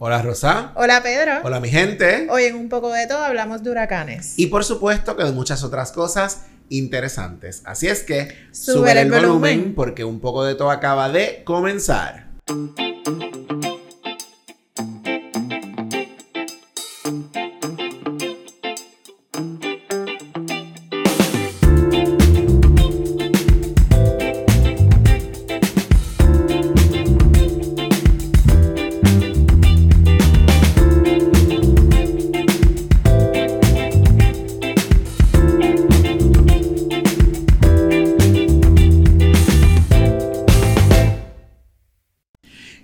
Hola Rosa. Hola Pedro. Hola mi gente. Hoy en un poco de todo hablamos de huracanes. Y por supuesto que de muchas otras cosas interesantes. Así es que Sube sube el el volumen. volumen. porque un poco de todo acaba de comenzar.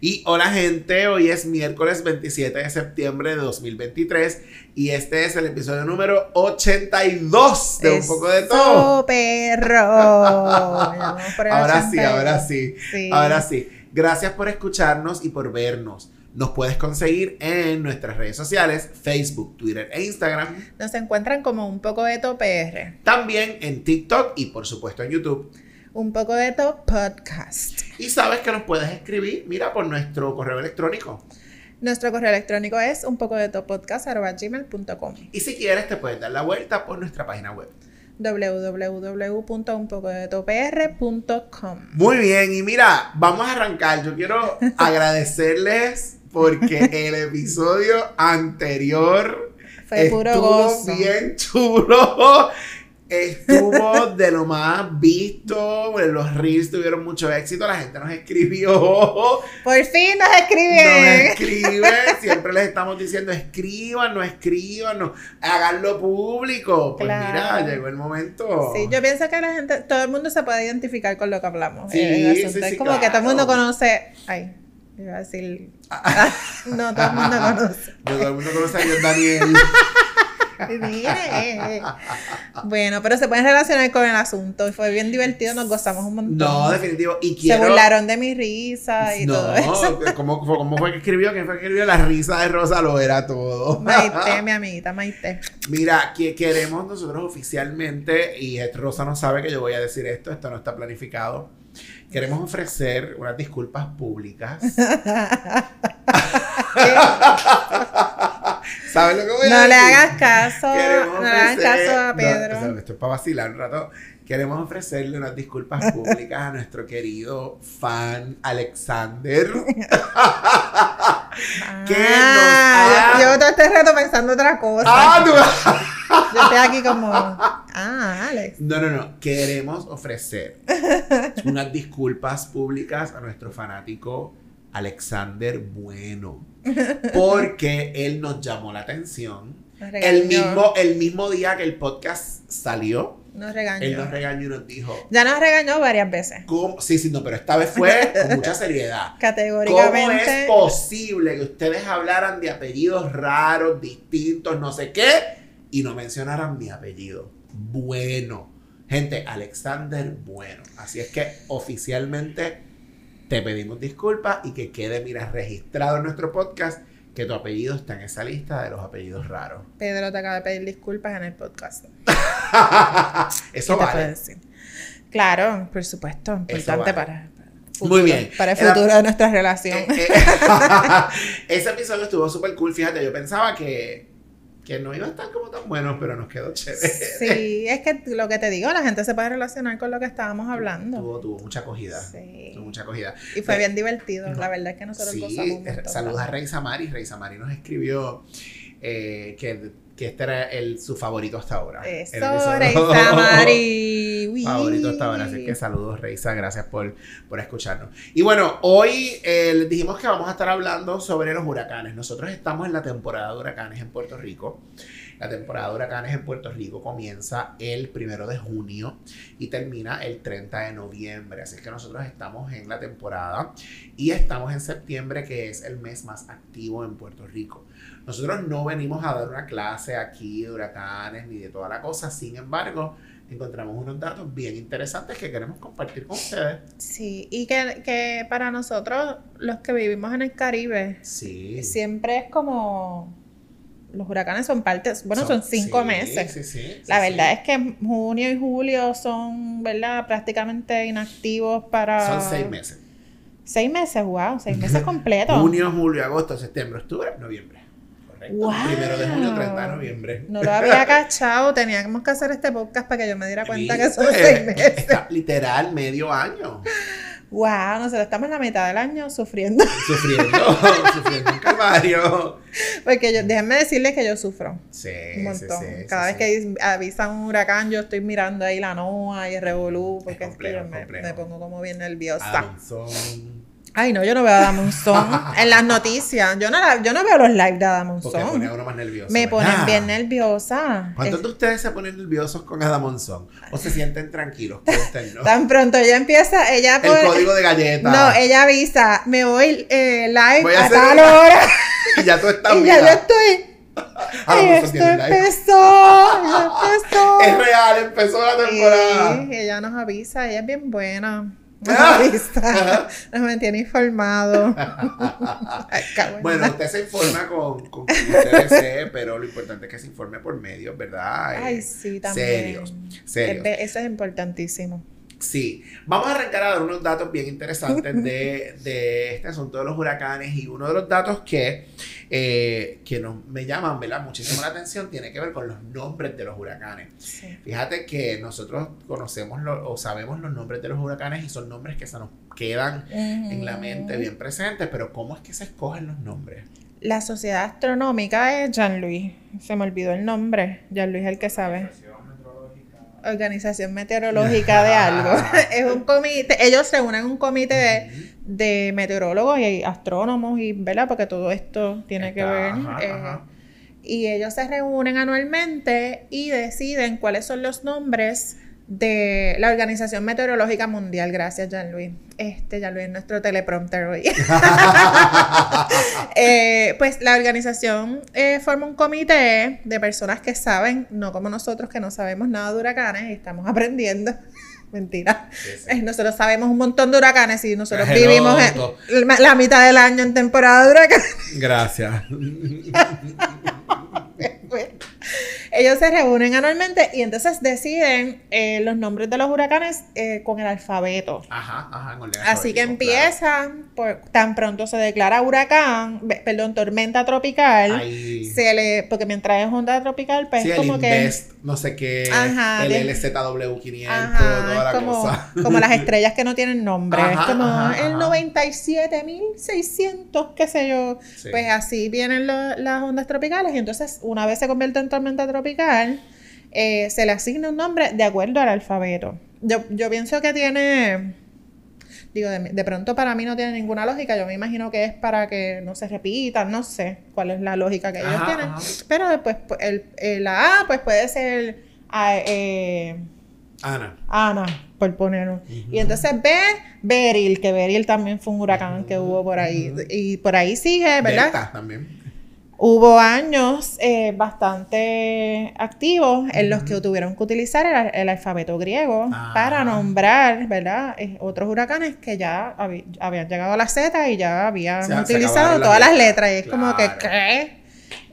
Y hola gente, hoy es miércoles 27 de septiembre de 2023 y este es el episodio número 82 de un poco de todo. ¡Oh, perro! Ya vamos por el Ahora sí, 82. ahora sí. Sí. Ahora sí, gracias por escucharnos y por vernos. Nos puedes conseguir en nuestras redes sociales, Facebook, Twitter e Instagram. Nos encuentran como un poco de todo PR. También en TikTok y por supuesto en YouTube. Un poco de todo podcast. Y sabes que nos puedes escribir, mira, por nuestro correo electrónico. Nuestro correo electrónico es un poco de todo podcast Y si quieres te puedes dar la vuelta por nuestra página web. www.unpocodetopr.com Muy bien, y mira, vamos a arrancar. Yo quiero agradecerles porque el episodio anterior Fue puro estuvo gozo. bien chulo. Estuvo de lo más visto. bueno, Los reels tuvieron mucho éxito. La gente nos escribió. Por fin nos Nos escriben. escriben. Siempre les estamos diciendo: escriban, no escriban, no. Háganlo público. Pues Claro. mira, llegó el momento. Sí, yo pienso que la gente, todo el mundo se puede identificar con lo que hablamos. eh, Sí, El asunto sí, sí, es como que todo el mundo claro. conoce. Ay, iba a decir. ah, no, todo el mundo conoce. Yo todo el mundo conoce a Dios Daniel. Mire. Bueno, pero se pueden relacionar con el asunto. y Fue bien divertido, nos gozamos un montón. No, definitivo. Y se quiero. burlaron de mi risa y todo eso. No, ¿cómo, fue- ¿cómo fue que escribió? ¿Quién fue que escribió? La risa de Rosa lo era todo. Maite, mi amiguita Maite. Mira, que queremos nosotros oficialmente, y Rosa no sabe que yo voy a decir esto, esto no está planificado. Queremos ofrecer unas disculpas públicas. ¿Sabes lo que voy a No decir? le hagas caso. Queremos No le hagas ofrecer- caso a no, Pedro. o sea, esto es para vacilar un rato. Queremos ofrecerle unas disculpas públicas a nuestro querido fan Alexander. que nos Ah, ha- Llevo todo este rato pensando otra cosa. ¡Ah, tú! Yo estoy aquí como. Ah, Alex. No, no, no. Queremos ofrecer unas disculpas públicas a nuestro fanático Alexander Bueno. Porque él nos llamó la atención. Nos regañó. El mismo, el mismo día que el podcast salió, Nos regañó. él nos regañó y nos dijo. ya nos regañó varias veces. ¿cómo? Sí, sí, no, pero esta vez fue con mucha seriedad. ¿Cómo es Categóricamente. posible que ustedes hablaran de apellidos raros, distintos, no sé qué, y no mencionaran mi apellido? Bueno. Gente, Alexander Bueno. Así es que oficialmente te pedimos disculpas y que quede, mira, registrado en nuestro podcast que tu apellido está en esa lista de los apellidos raros. Pedro te acaba de pedir disculpas en el podcast. ¿Qué Eso te puedo vale. decir? Claro, por supuesto. Importante vale. para. para el Muy bien. Para el Era- futuro de nuestra relación. Eh, eh, ese episodio estuvo súper cool. Fíjate, yo pensaba que, que no iba a estar como tan bueno, pero nos quedó chévere. Sí, es que lo que te digo, la gente se puede relacionar con lo que estábamos hablando. Tuvo, tuvo mucha acogida. Sí. Tuvo mucha acogida. Y fue bien divertido. La verdad es que nosotros gozamos Sí, un eh, montón. saludos a Rey Samari. Rey Samari nos escribió eh, que, que este era el, su favorito hasta ahora. El Eso, episodio Reisa Mari. Uy. Favorito hasta ahora. Así que saludos, Reisa. Gracias por, por escucharnos. Y bueno, hoy eh, les dijimos que vamos a estar hablando sobre los huracanes. Nosotros estamos en la temporada de huracanes en Puerto Rico. La temporada de huracanes en Puerto Rico comienza el primero de junio y termina el 30 de noviembre. Así que nosotros estamos en la temporada y estamos en septiembre, que es el mes más activo en Puerto Rico. Nosotros no venimos a dar una clase aquí de huracanes ni de toda la cosa, sin embargo, encontramos unos datos bien interesantes que queremos compartir con ustedes. Sí, y que, que para nosotros, los que vivimos en el Caribe, Sí. siempre es como. Los huracanes son partes. Bueno, son, cinco sí, meses. Sí, sí, La verdad es que junio y julio son, ¿verdad? Prácticamente inactivos para. Son seis meses. Seis meses, wow, seis meses completos. Junio, julio, agosto, septiembre, octubre, noviembre. Correcto. Wow. Primero de junio, 30 de noviembre. No lo había cachado, teníamos que hacer este podcast para que yo me diera cuenta que son ¿Viste? seis meses. Está literal medio año Wow, nosotros estamos en la mitad del año sufriendo. sufriendo, sufriendo un calvario. Porque yo, déjenme decirles que yo sufro Sí, un sí, montón. sí, sí, Cada vez sí. que dis- avisan un huracán, yo estoy mirando ahí la NOA y el Revolú, porque es que complejo, yo me, complejo. me pongo como bien nerviosa. Adamson. Ay, no, yo no veo a Damonzón en las noticias. Yo no, la- yo no veo los lives de Porque pone pues. Ah. a Damonzón. uno más nervioso. Me ponen ¿verdad? bien nerviosa. ¿Cuántos Es- de ustedes se ponen nerviosos con Adamonzón? ¿O se sienten tranquilos? Cuéntenos. Tan pronto ella empieza, ella El pone- código de galleta. No, ella avisa, me voy eh, live Voy a a, hacer- tal hora. Y ya tú estás, y ya yo mira. estoy. Ay, Adamonzón esto tiene live. empezó. ya empezó. Es real, empezó la temporada. Sí, ella nos avisa, ella es bien buena. Nos Ah. avisa, nos mantiene informado. Ay, cabrón. Bueno, usted se informa con, con quien usted desee, pero lo importante es que se informe por medios, ¿verdad? Eh, Ay, sí, también. serios, serios. Es- Eso es importantísimo. Sí, vamos a arrancar a dar unos datos bien interesantes de, de este asunto de los huracanes y uno de los datos que, eh, que nos, me llaman ¿verdad? muchísimo la atención tiene que ver con los nombres de los huracanes. Sí. Fíjate que nosotros conocemos lo- o sabemos los nombres de los huracanes y son nombres que se nos quedan en la mente bien presentes, pero ¿cómo es que se escogen los nombres? La Sociedad Astronómica es Jean-Louis. Se me olvidó el nombre. Jean-Louis es el que sabe. Organización Meteorológica de algo. es un comité. Ellos se unen a un comité de, de meteorólogos y astrónomos, y, ¿verdad? Porque todo esto tiene que Está, ver. ajá, eh, ajá. Y ellos se reúnen anualmente y deciden cuáles son los nombres de la Organización Meteorológica Mundial. Gracias, Jean-Louis. Este, Jean-Louis es nuestro teleprompter hoy. Eh, pues la organización eh, forma un comité de personas que saben, no como nosotros que no sabemos nada de huracanes y estamos aprendiendo. Mentira. Sí, sí. Eh, Nosotros sabemos un montón de huracanes y nosotros Hello, vivimos eh, to- la- la mitad del año en temporada de huracanes. Gracias. Pues, Ellos se reúnen anualmente y entonces deciden eh, los nombres de los huracanes eh, con el alfabeto. Ajá, ajá, con el Así que alfabeto, empiezan, por, tan pronto se declara huracán, be- perdón, tormenta tropical. claro. Ahí. se le, porque mientras es onda tropical, pues sí, es el como que. Invest, no sé qué, Ajá, el bien. LZW500, toda Ajá, la es como, cosa. como las estrellas que no tienen nombre. Ajá, es como ajá, el ajá. 97.600, qué sé yo. Sí. Pues así vienen lo- las ondas tropicales. Y entonces, una vez se convierte en tormenta tropical, eh, se le asigna un nombre de acuerdo al alfabeto. Yo, yo pienso que tiene. Digo, de, de pronto para mí no tiene ninguna lógica. Yo me imagino que es para que no se repitan, no sé cuál es la lógica que ellos Ajá, tienen. ajá. Pero después pues, el, eh, la A pues puede ser ah, eh, Ana. Ana, por ponerlo. Ujú. Y entonces B, Beryl, que Beryl también fue un huracán que hubo por ahí. Ujú. Y por ahí sigue, ¿verdad? Delta también. Hubo años eh, bastante activos en los que Ujú. tuvieron que utilizar el, al- el alfabeto griego Ah. para nombrar, ¿verdad? Eh, otros huracanes que ya habi- habían llegado a la Z y ya habían Se- se utilizado acabaron las todas las letras. letras. Y es como que, Claro. ¿qué?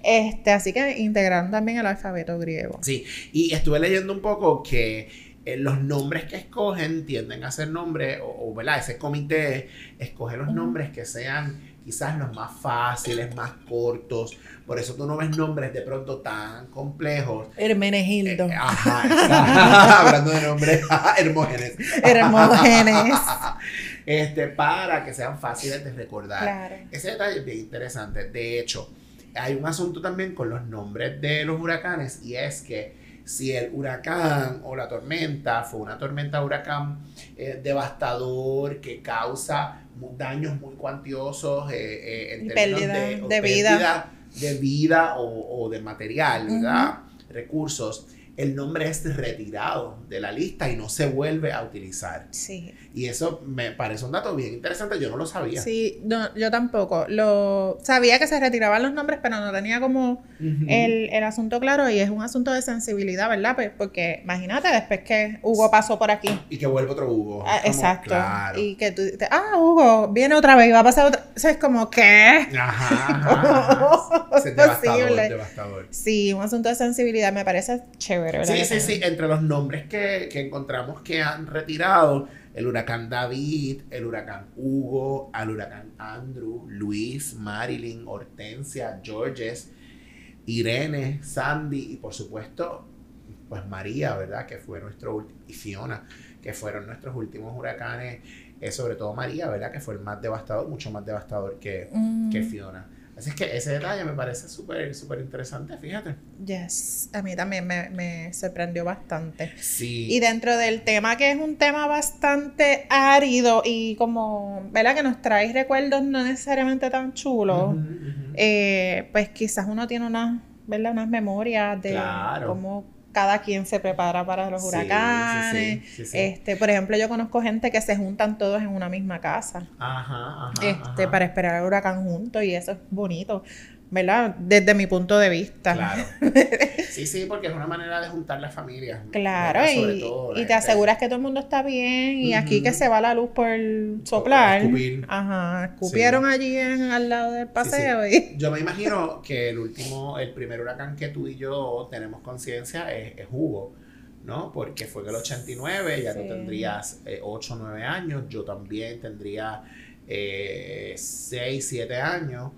Este, así que integraron también el alfabeto griego. Sí, y estuve leyendo un poco que eh, los nombres que escogen tienden a ser nombres, o, o, ¿verdad? Ese comité escoge los Ujú. nombres que sean quizás los más fáciles, más cortos. Por eso tú no ves nombres de pronto tan complejos. Eh, Hermenegildo. ajá, exacto. hablando de nombres hermógenes. Hermógenes. este, para que sean fáciles de recordar. claro. Ese detalle es bien interesante. De hecho, hay un asunto también con los nombres de los huracanes y es que si el huracán o la tormenta fue una tormenta huracán eh, devastador que causa mu- daños muy cuantiosos eh, eh, en Y términos pérdida de, o de vida. pérdida de vida o, o de material, ¿verdad? Recursos. El nombre es retirado de la lista y no se vuelve a utilizar. Sí. Y eso me parece un dato bien interesante. Yo no lo sabía. Sí, no, yo tampoco. Lo, sabía que se retiraban los nombres, pero no tenía como Ujú. el, el asunto claro y es un asunto de sensibilidad, ¿verdad? Pues, porque imagínate después que Hugo pasó por aquí. Y que vuelve otro Hugo. Ah, Es como, exacto. Claro. Y que tú dices, ah, Hugo, viene otra vez y va a pasar otra. O sea, es como, ¿qué? Ajá, ajá, ajá. ¿Cómo Es es devastador, posible? devastador. Sí, un asunto de sensibilidad me parece chévere, ¿verdad? Sí, sí, sí. Entre los nombres que, que encontramos que han retirado el huracán David, el huracán Hugo, al huracán Andrew, Luis, Marilyn, Hortensia, Georges, Irene, Sandy y por supuesto, pues María, ¿verdad? Que fue nuestro último, y Fiona, que fueron nuestros últimos huracanes, eh, sobre todo María, ¿verdad? Que fue el más devastador, mucho más devastador que, Mm, que Fiona. Así es que ese detalle me parece súper, súper interesante, fíjate. yes. A mí también me, me sorprendió bastante. Sí. Y dentro del tema que es un tema bastante árido y como, ¿verdad? Que nos trae recuerdos no necesariamente tan chulos, Ujú, ujú. eh, pues quizás uno tiene unas, ¿verdad? Unas memorias de Claro. cómo cada quien se prepara para los Sí, sí, huracanes. sí, sí, sí. Este, por ejemplo, yo conozco gente que se juntan todos en una misma casa Ajá, ajá, este, ajá. para esperar al huracán juntos y eso es bonito, ¿verdad? Desde mi punto de vista. Claro. Sí, sí, porque es una manera de juntar las familias. Claro, ¿verdad? Sobre y, todo, la y gente- te aseguras que todo el mundo está bien y aquí que Ujú. se va la luz por soplar. escupir. Ajá, escupieron allí en, al lado del paseo y... Yo me imagino que el último, el primer huracán que tú y yo tenemos conciencia es, es Hugo, ¿no? Porque fue en el 89, ya Sí. tú tendrías 8 o 9 años, yo también tendría 6, 7 años.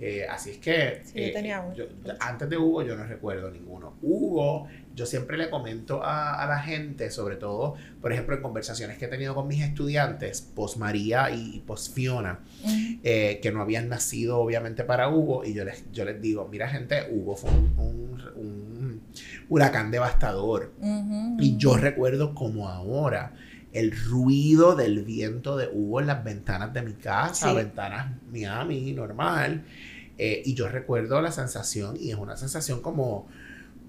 Eh, así es que Sí, yo eh, tenía un- yo- antes de Hugo yo no recuerdo ninguno. Hugo, yo siempre le comento a, a la gente, sobre todo, por ejemplo, en conversaciones que he tenido con mis estudiantes, post María y post Fiona, eh, que no habían nacido obviamente para Hugo y yo les, yo les digo, mira gente, Hugo fue un, un- un huracán devastador Ujú. y yo recuerdo como ahora el ruido del viento de Hugo en las ventanas de mi casa, Sí. ventanas Miami, normal. Eh, y yo recuerdo la sensación y es una sensación como,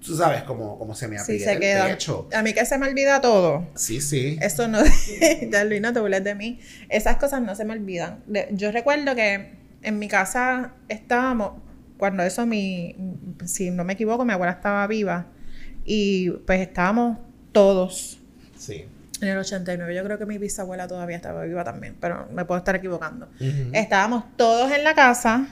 tú sabes, como, como se me Sí, aprieta se el queda. pecho. A mí que se me olvida todo. Sí, sí. Eso no... ya, Luis, no te burles de mí. Esas cosas no se me olvidan. De- Yo recuerdo que en mi casa estábamos... Cuando eso mi... Si no me equivoco, mi abuela estaba viva. Y pues estábamos todos sí. En el 89, yo creo que mi bisabuela todavía estaba viva también, pero me puedo estar equivocando. Ujú. Estábamos todos en la casa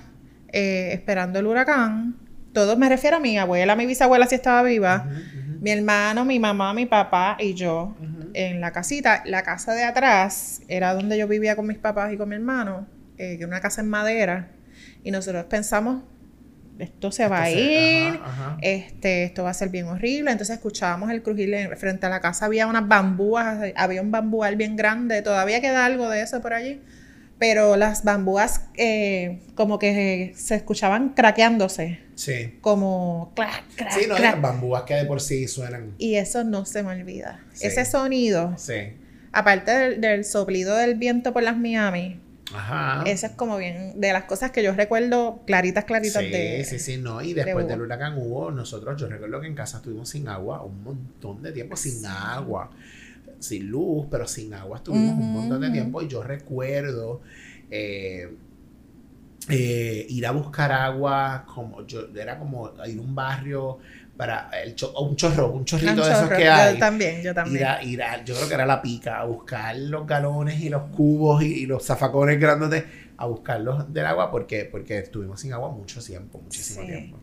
eh, esperando el huracán. Todos, me refiero a mi abuela, mi bisabuela sí estaba viva, Ujú, mi hermano, mi mamá, mi papá y yo ujú, ujú. en la casita. La casa de atrás era donde yo vivía con mis papás y con mi hermano, eh, que era una casa en madera. Y nosotros pensamos, esto se va Entonces, a ir, Este ajá, ajá. este, esto va a ser bien horrible. Entonces escuchábamos el crujir en- frente a la casa, había unas bambúas, había un bambual bien grande, todavía queda algo de eso por allí, pero las bambúas eh, como que se escuchaban craqueándose, Sí. como clac, clac, Sí, no, clac. las bambúas que de por sí suenan. Y eso no se me olvida. Sí. Ese sonido, Sí. aparte del, del soplido del viento por las Miami, Ajá. eso es como bien de las cosas que yo recuerdo claritas, claritas sí, de... sí, sí, no. Y después Hugo. del huracán Hugo, nosotros, yo recuerdo que en casa estuvimos sin agua un montón de tiempo, sin Sí. agua, sin luz, pero sin agua estuvimos un Ujú, montón de ujú. tiempo. Y yo recuerdo eh, eh, ir a buscar agua, como yo era como ir a un barrio para el cho- un chorro, un chorrito de esos Anchorro, que yo hay. también, yo también. Ir a, ir a- yo creo que era la pica, a buscar los galones y los cubos y, y los zafacones grandes, a buscarlos del agua, porque, porque estuvimos sin agua mucho tiempo, muchísimo Sí. tiempo.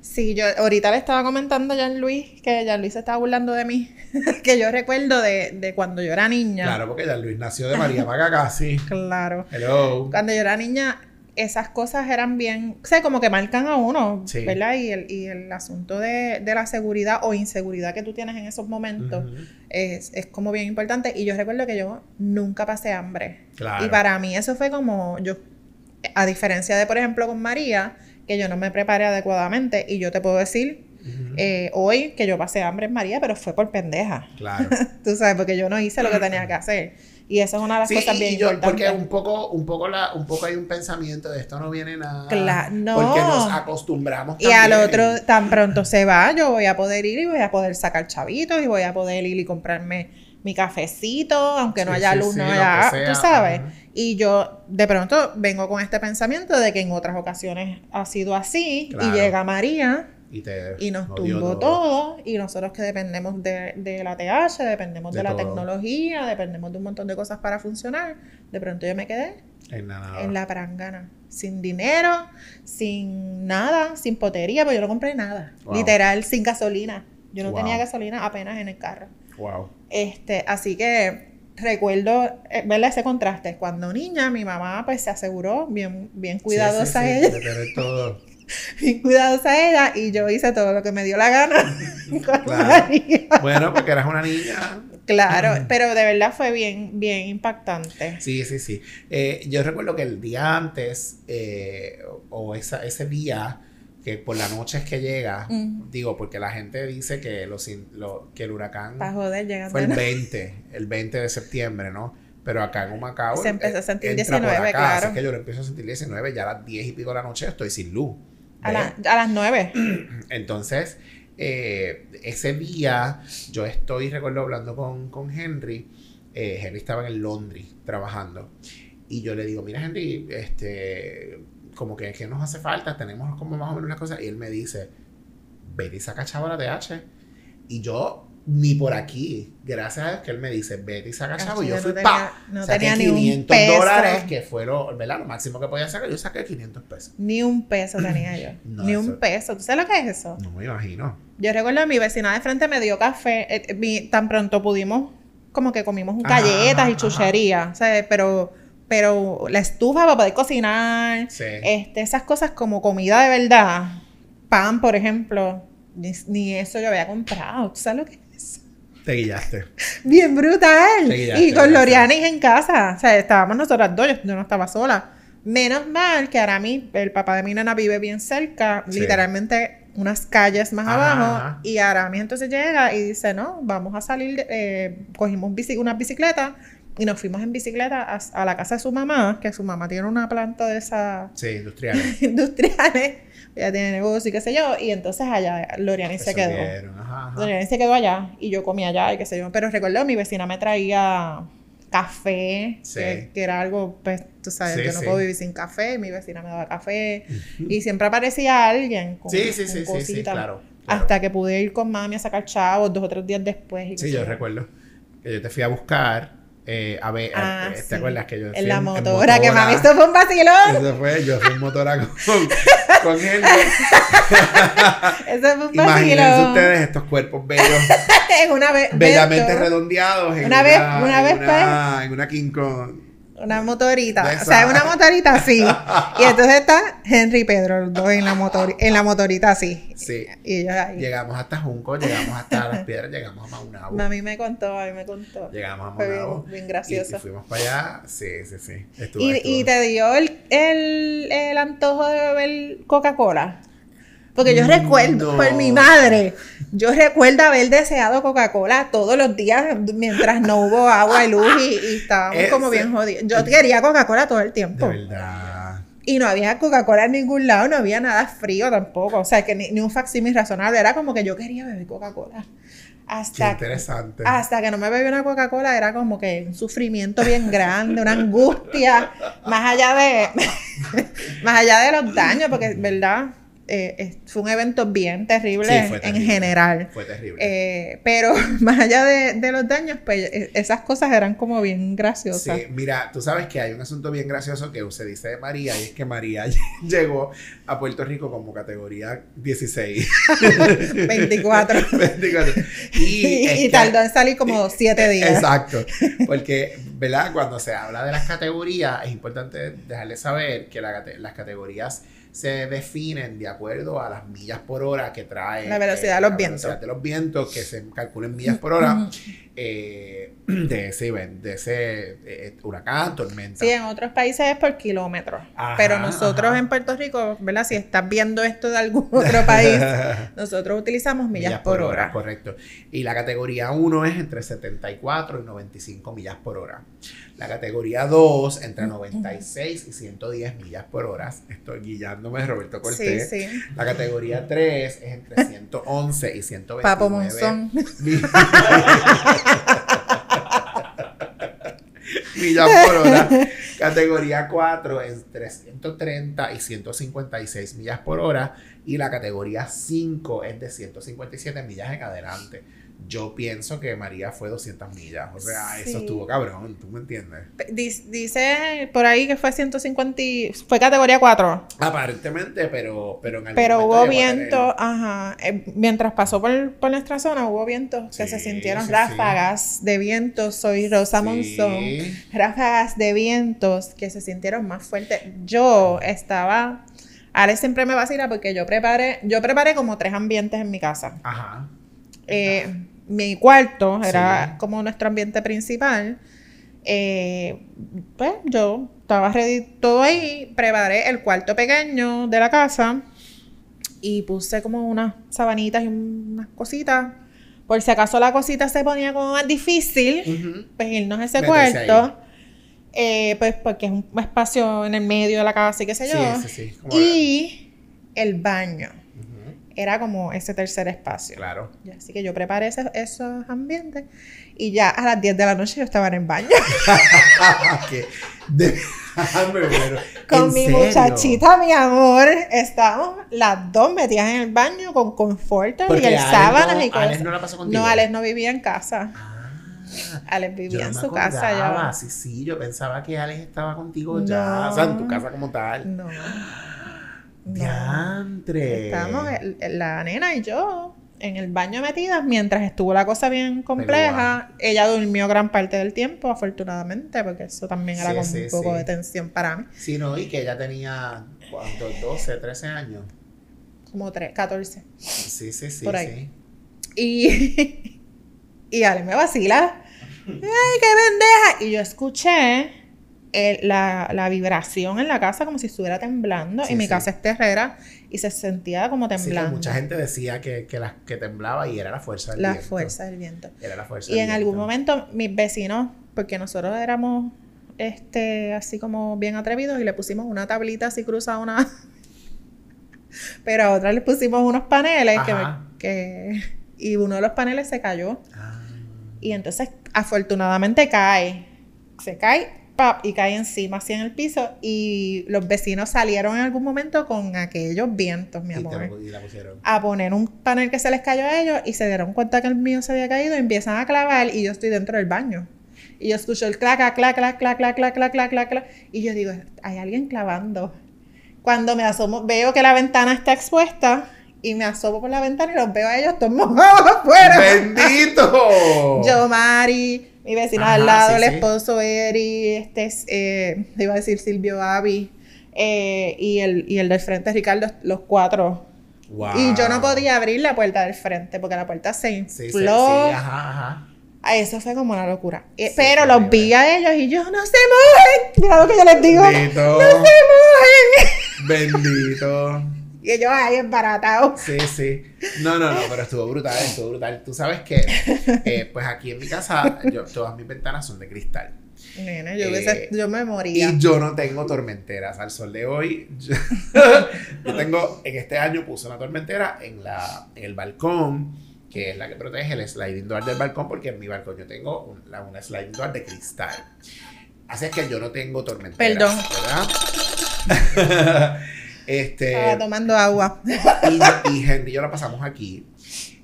Sí, yo ahorita le estaba comentando a Jean Luis que Jean Luis se estaba burlando de mí, que yo recuerdo de, de cuando yo era niña. Claro, porque ya Luis nació de María Paga casi. Claro. Hello. Cuando yo era niña, esas cosas eran bien, o sea, como que marcan a uno, Sí. ¿verdad? Y el, y el asunto de, de la seguridad o inseguridad que tú tienes en esos momentos Ujú. es, es como bien importante. Y yo recuerdo que yo nunca pasé hambre. Claro. Y para mí eso fue como yo, a diferencia de, por ejemplo, con María, que yo no me preparé adecuadamente y yo te puedo decir Ujú. eh, hoy que yo pasé hambre en María, pero fue por pendeja. Claro. Tú sabes, porque yo no hice lo que tenía que hacer. Y eso es una de las Sí, cosas y- bien y yo, porque importantes. un poco, un poco la, un poco hay un pensamiento de esto no viene nada. Cla- no. Porque nos acostumbramos Y al también. otro, tan pronto se va, yo voy a poder ir y voy a poder sacar chavitos y voy a poder ir y comprarme mi cafecito, aunque no Sí, haya sí, luz, sí, no lo haya... que sea, Tú sabes. ajá. Y yo de pronto vengo con este pensamiento de que en otras ocasiones ha sido así Claro. y llega María Y, te y nos odió tumbó todo. y nosotros que dependemos de, de la TH, dependemos de, De la todo. tecnología, dependemos de un montón de cosas para funcionar, de pronto yo me quedé En la nada. en la prangana, sin dinero, sin nada, sin potería, porque yo no compré nada, Wow. literal, sin gasolina, yo no Wow. tenía gasolina apenas en el carro. Wow. Este, así que recuerdo, eh, ¿verdad? Ese contraste. Cuando niña, mi mamá pues se aseguró bien, bien cuidado cuidadosa ella, todo. bien cuidadosa ella, y yo hice todo lo que me dio la gana. con Claro. María. Bueno, porque eras una niña. Claro, pero de verdad fue bien, bien impactante. Sí, sí, sí. Eh, yo recuerdo que el día antes, eh, o esa, ese día, que por la noche es que llega, Ujú. digo, porque la gente dice que, los, in- lo- que el huracán Para joder, llegando. fue el ¿no? 20, el 20 de septiembre, ¿no? Pero acá en Humacao. Se empezó a sentir entra por 19, acá, así claro. que yo lo empiezo a sentir 19, ya a las 10 y pico de la noche estoy sin luz. a, ¿ves? la- a las nueve. Entonces, eh, ese día yo estoy, recuerdo, hablando con, con Henry. Eh, Henry estaba en Londres trabajando. Y yo le digo, mira Henry, este, como que ¿qué nos hace falta, tenemos como más o menos las cosas. Y él me dice, ven y saca chava la TH. Y yo, ni por aquí, gracias a Dios que él me dice, vete y saca chavo. Y yo no fui, tenía, pa, no saqué tenía ni 500 un peso. dólares, que fue lo, ¿verdad? lo máximo que podía sacar. Yo saqué 500 pesos. Ni un peso tenía yo. No, ni eso- un peso. ¿Tú sabes lo que es eso? No me imagino. Yo recuerdo a mi vecina de frente me dio café. eh, eh, mi- tan pronto pudimos, como que comimos un- Ajá, galletas ajá, y chuchería. ¿sabes? Pero, pero la estufa para poder cocinar. Sí. Este, esas cosas como comida de verdad. Pan, por ejemplo. Ni, ni eso yo había comprado. ¿Tú sabes lo que es? Te guillaste. Bien brutal. Te guillaste, y con gracias. Lorianis en casa. O sea, estábamos nosotras dos. Yo, yo no estaba sola. Menos mal que ahora mí, el papá de mi nena vive bien cerca, Sí. literalmente unas calles más Ajá, ajá. abajo. Y Aramis entonces llega y dice, no, vamos a salir, eh, cogimos bici- una bicicleta y nos fuimos en bicicleta a, a la casa de su mamá, que su mamá tiene una planta de esa Sí, industriales. industriales, ella tiene negocio y qué sé yo, y entonces allá Lorianis se quedó. Resolvieron, ajá, ajá. Lorianis se quedó allá y yo comía allá y qué sé yo, pero recuerdo mi vecina me traía café, Sí. que, que era algo, pues tú sabes, Sí, yo no sí. puedo vivir sin café, y mi vecina me daba café y siempre aparecía alguien con, Sí, sí, sí, con sí, cositas. sí, claro. claro. Hasta que pude ir con mami a sacar chavos dos o tres días después. y qué Sí, sé yo recuerdo que yo te fui a buscar eh, a ver, a- Ah, eh, ¿te sí. acuerdas que yo fui En la motora, que mami, motora? esto fue un vacilón. Eso fue, yo fui en motora con, con él. Eso fue un Imagínense vacilón. ustedes estos cuerpos bellos, Es una vez. bellamente beso. redondeados. En Una vez- una en vez pues. una, en una King Kong. Una motorita. De O sea, esa. una motorita así. Y entonces está Henry y Pedro, los dos en la, motor, en la motorita así. Sí. Y ellos ahí. Llegamos hasta Junco, llegamos hasta Las Piedras, llegamos a Maunabo. Mami me contó, mí me contó. Llegamos a Fue Maunabo. bien, bien Y, y gracioso. fuimos para allá. Sí, sí, sí. Estuvo, Y, estuvo. y te dio el, el, el antojo de beber Coca-Cola. Porque yo No. recuerdo, por mi madre, yo recuerdo haber deseado Coca-Cola todos los días mientras no hubo agua y luz y, y estábamos Ese- como bien jodidos. Yo quería Coca-Cola todo el De tiempo. verdad. Y no había Coca-Cola en ningún lado, no había nada frío tampoco. O sea, que ni, ni un facsímil razonable. Era como que yo quería beber Coca-Cola. Qué Hasta, interesante. hasta que no me bebí una Coca-Cola era como que un sufrimiento bien grande, una angustia, más allá de, más allá de los daños, porque, ¿verdad? Eh, es- fue un evento bien terrible, Sí, fue terrible. en general. Fue terrible. Eh, pero más allá de, de los daños, pues eh, esas cosas eran como bien Sí, graciosas. mira, tú sabes que hay un asunto bien gracioso que se dice de María y es que María llegó a Puerto Rico como categoría 16. 24. 24. Y, Y, es y que- eh, tardó en salir como siete días. Exacto. Porque, ¿verdad? Cuando se habla de las categorías, es importante dejarle saber que la cate- las categorías se definen de acuerdo a las millas por hora que trae eh, La velocidad de los vientos. velocidad de los vientos que se calculan millas por hora eh, de ese event- de ese eh, huracán, tormenta. Sí, en otros países es por kilómetros. Ajá, Pero nosotros ajá. en Puerto Rico, ¿verdad? Si estás viendo esto de algún otro país, nosotros utilizamos millas, por, hora. Correcto. Y la categoría 1 es entre 74 y 95 millas por hora. La categoría 2 entre 96 y 110 millas por hora. Estoy guillándome de Roberto Sí, Cortés. sí. La categoría 3 es entre 111 y 129 Papo Monzón. mi- millas por hora. Categoría 4 es 330 y 156 millas por hora. Y la categoría 5 es de 157 millas en adelante. Yo pienso que María fue 200 millas. O sea, eso Sí. estuvo cabrón, ¿tú me entiendes? Pe- dis- Dice por ahí que fue 150 y- fue categoría 4. Aparentemente, pero, pero en algún momento Pero llegó a hubo tener- viento, ajá. eh, mientras pasó por, por nuestra zona, hubo vientos que Sí, se sintieron sí, sí. ráfagas de vientos. Soy Rosa Monzón. Sí. Ráfagas de vientos que se sintieron más fuertes. Yo estaba. Alex siempre me vacila porque yo preparé, yo preparé como tres ambientes en mi casa. Ajá. Eh, mi cuarto era Sí. como nuestro ambiente principal. Eh, pues yo estaba ready todo ahí, preparé el cuarto pequeño de la casa y puse como unas sabanitas y unas cositas. Por si acaso la cosita se ponía como más difícil, Ujú. pues irnos a ese Meterse cuarto. Eh, pues porque es un espacio en el medio de la casa y qué sé Sí, yo. sí, sí. como- Y el baño Ujú. era como ese tercer espacio. Claro. Ya, Así que yo preparé ese- esos ambientes y ya a las 10 de la noche yo estaba en el baño Que- Ah, de- Ah, Me muero. con ¿En mi serio? muchachita, mi amor. Estábamos las dos metidas en el baño con conforters Porque y el Alex sábanas no- y cosas. Alex no la pasó contigo. no, Alex no vivía en casa. Ah. Alex Yo vivía no en me su casa acordaba, ya. Sí, sí, yo pensaba que Alex estaba contigo ya. No. O sea, en tu casa como tal. No. No. Diantre. Estábamos Eh, el- el- eh, la nena y yo en el baño metidas mientras estuvo la cosa bien Pero, compleja. Ella durmió gran parte del tiempo, afortunadamente, porque eso también era Sí, como sí, un poco sí. de tensión para mí. Sí, no, y que ella tenía, ¿cuánto? 12, 13 años. Como tres, 14. Sí, sí, sí, Por sí. ahí. Y, y Ale me vacila. ¡Ay, qué bendeja! Y yo escuché el- la, la vibración en la casa como si estuviera temblando. Sí, y mi sí. casa es terrera y se sentía como Sí, que temblando. mucha gente decía que, que, las que temblaba y era la fuerza del la viento. fuerza del viento. Era la fuerza Y del en algún viento. momento mis vecinos, porque nosotros éramos este así como bien atrevidos y le pusimos una tablita así cruzada a una pero a otra le pusimos unos paneles que, Ajá. que y uno de los paneles se cayó Ah. y entonces afortunadamente cae se cae pap, y cae encima así en el piso y los vecinos salieron en algún momento con aquellos vientos mi Y, amor te- y la pusieron. a poner un panel que se les cayó a ellos y se dieron cuenta que el mío se había caído y empiezan a clavar y yo estoy dentro del baño. Y yo escucho el claca, clac, clac, clac, clac, clac, clac, clac, clac, clac. Y yo digo, hay alguien clavando. Cuando me asomo, veo que la ventana está expuesta y me asomo por la ventana y los veo a ellos todos mojados afuera. ¡Bendito! Yo, Mari, mi vecino Ajá, al lado, sí, el sí. esposo Eri, este es, eh, iba a decir Silvio Avi eh, y, el, y el del frente Ricardo, los cuatro Wow. y yo no podía abrir la puerta del frente porque la puerta se Sí, infló. sí, sí, ajá, ajá. Ah, Eso fue como una locura. Eh, Sí, Pero fue los horrible. vi a ellos y yo, no se mojen. Mira lo que yo les digo, no se Bendito. mojen. Bendito. Y ellos ahí embaratados. Sí, sí. No, no, no, pero estuvo brutal, estuvo brutal. Tú sabes que, eh, pues aquí en mi casa, yo- todas mis ventanas son de cristal. Nena, yo, Eh, hubiese- yo me moría. Y yo no tengo tormenteras. Al sol de hoy, yo, yo tengo, en este año puse una tormentera en, la, en el balcón, que es la que protege el sliding door del balcón, porque en mi balcón yo tengo un- la- una sliding door de cristal. Así es que yo no tengo tormenteras. Perdón. ¿Verdad? este, Estaba tomando agua. y, y Henry y yo la pasamos aquí.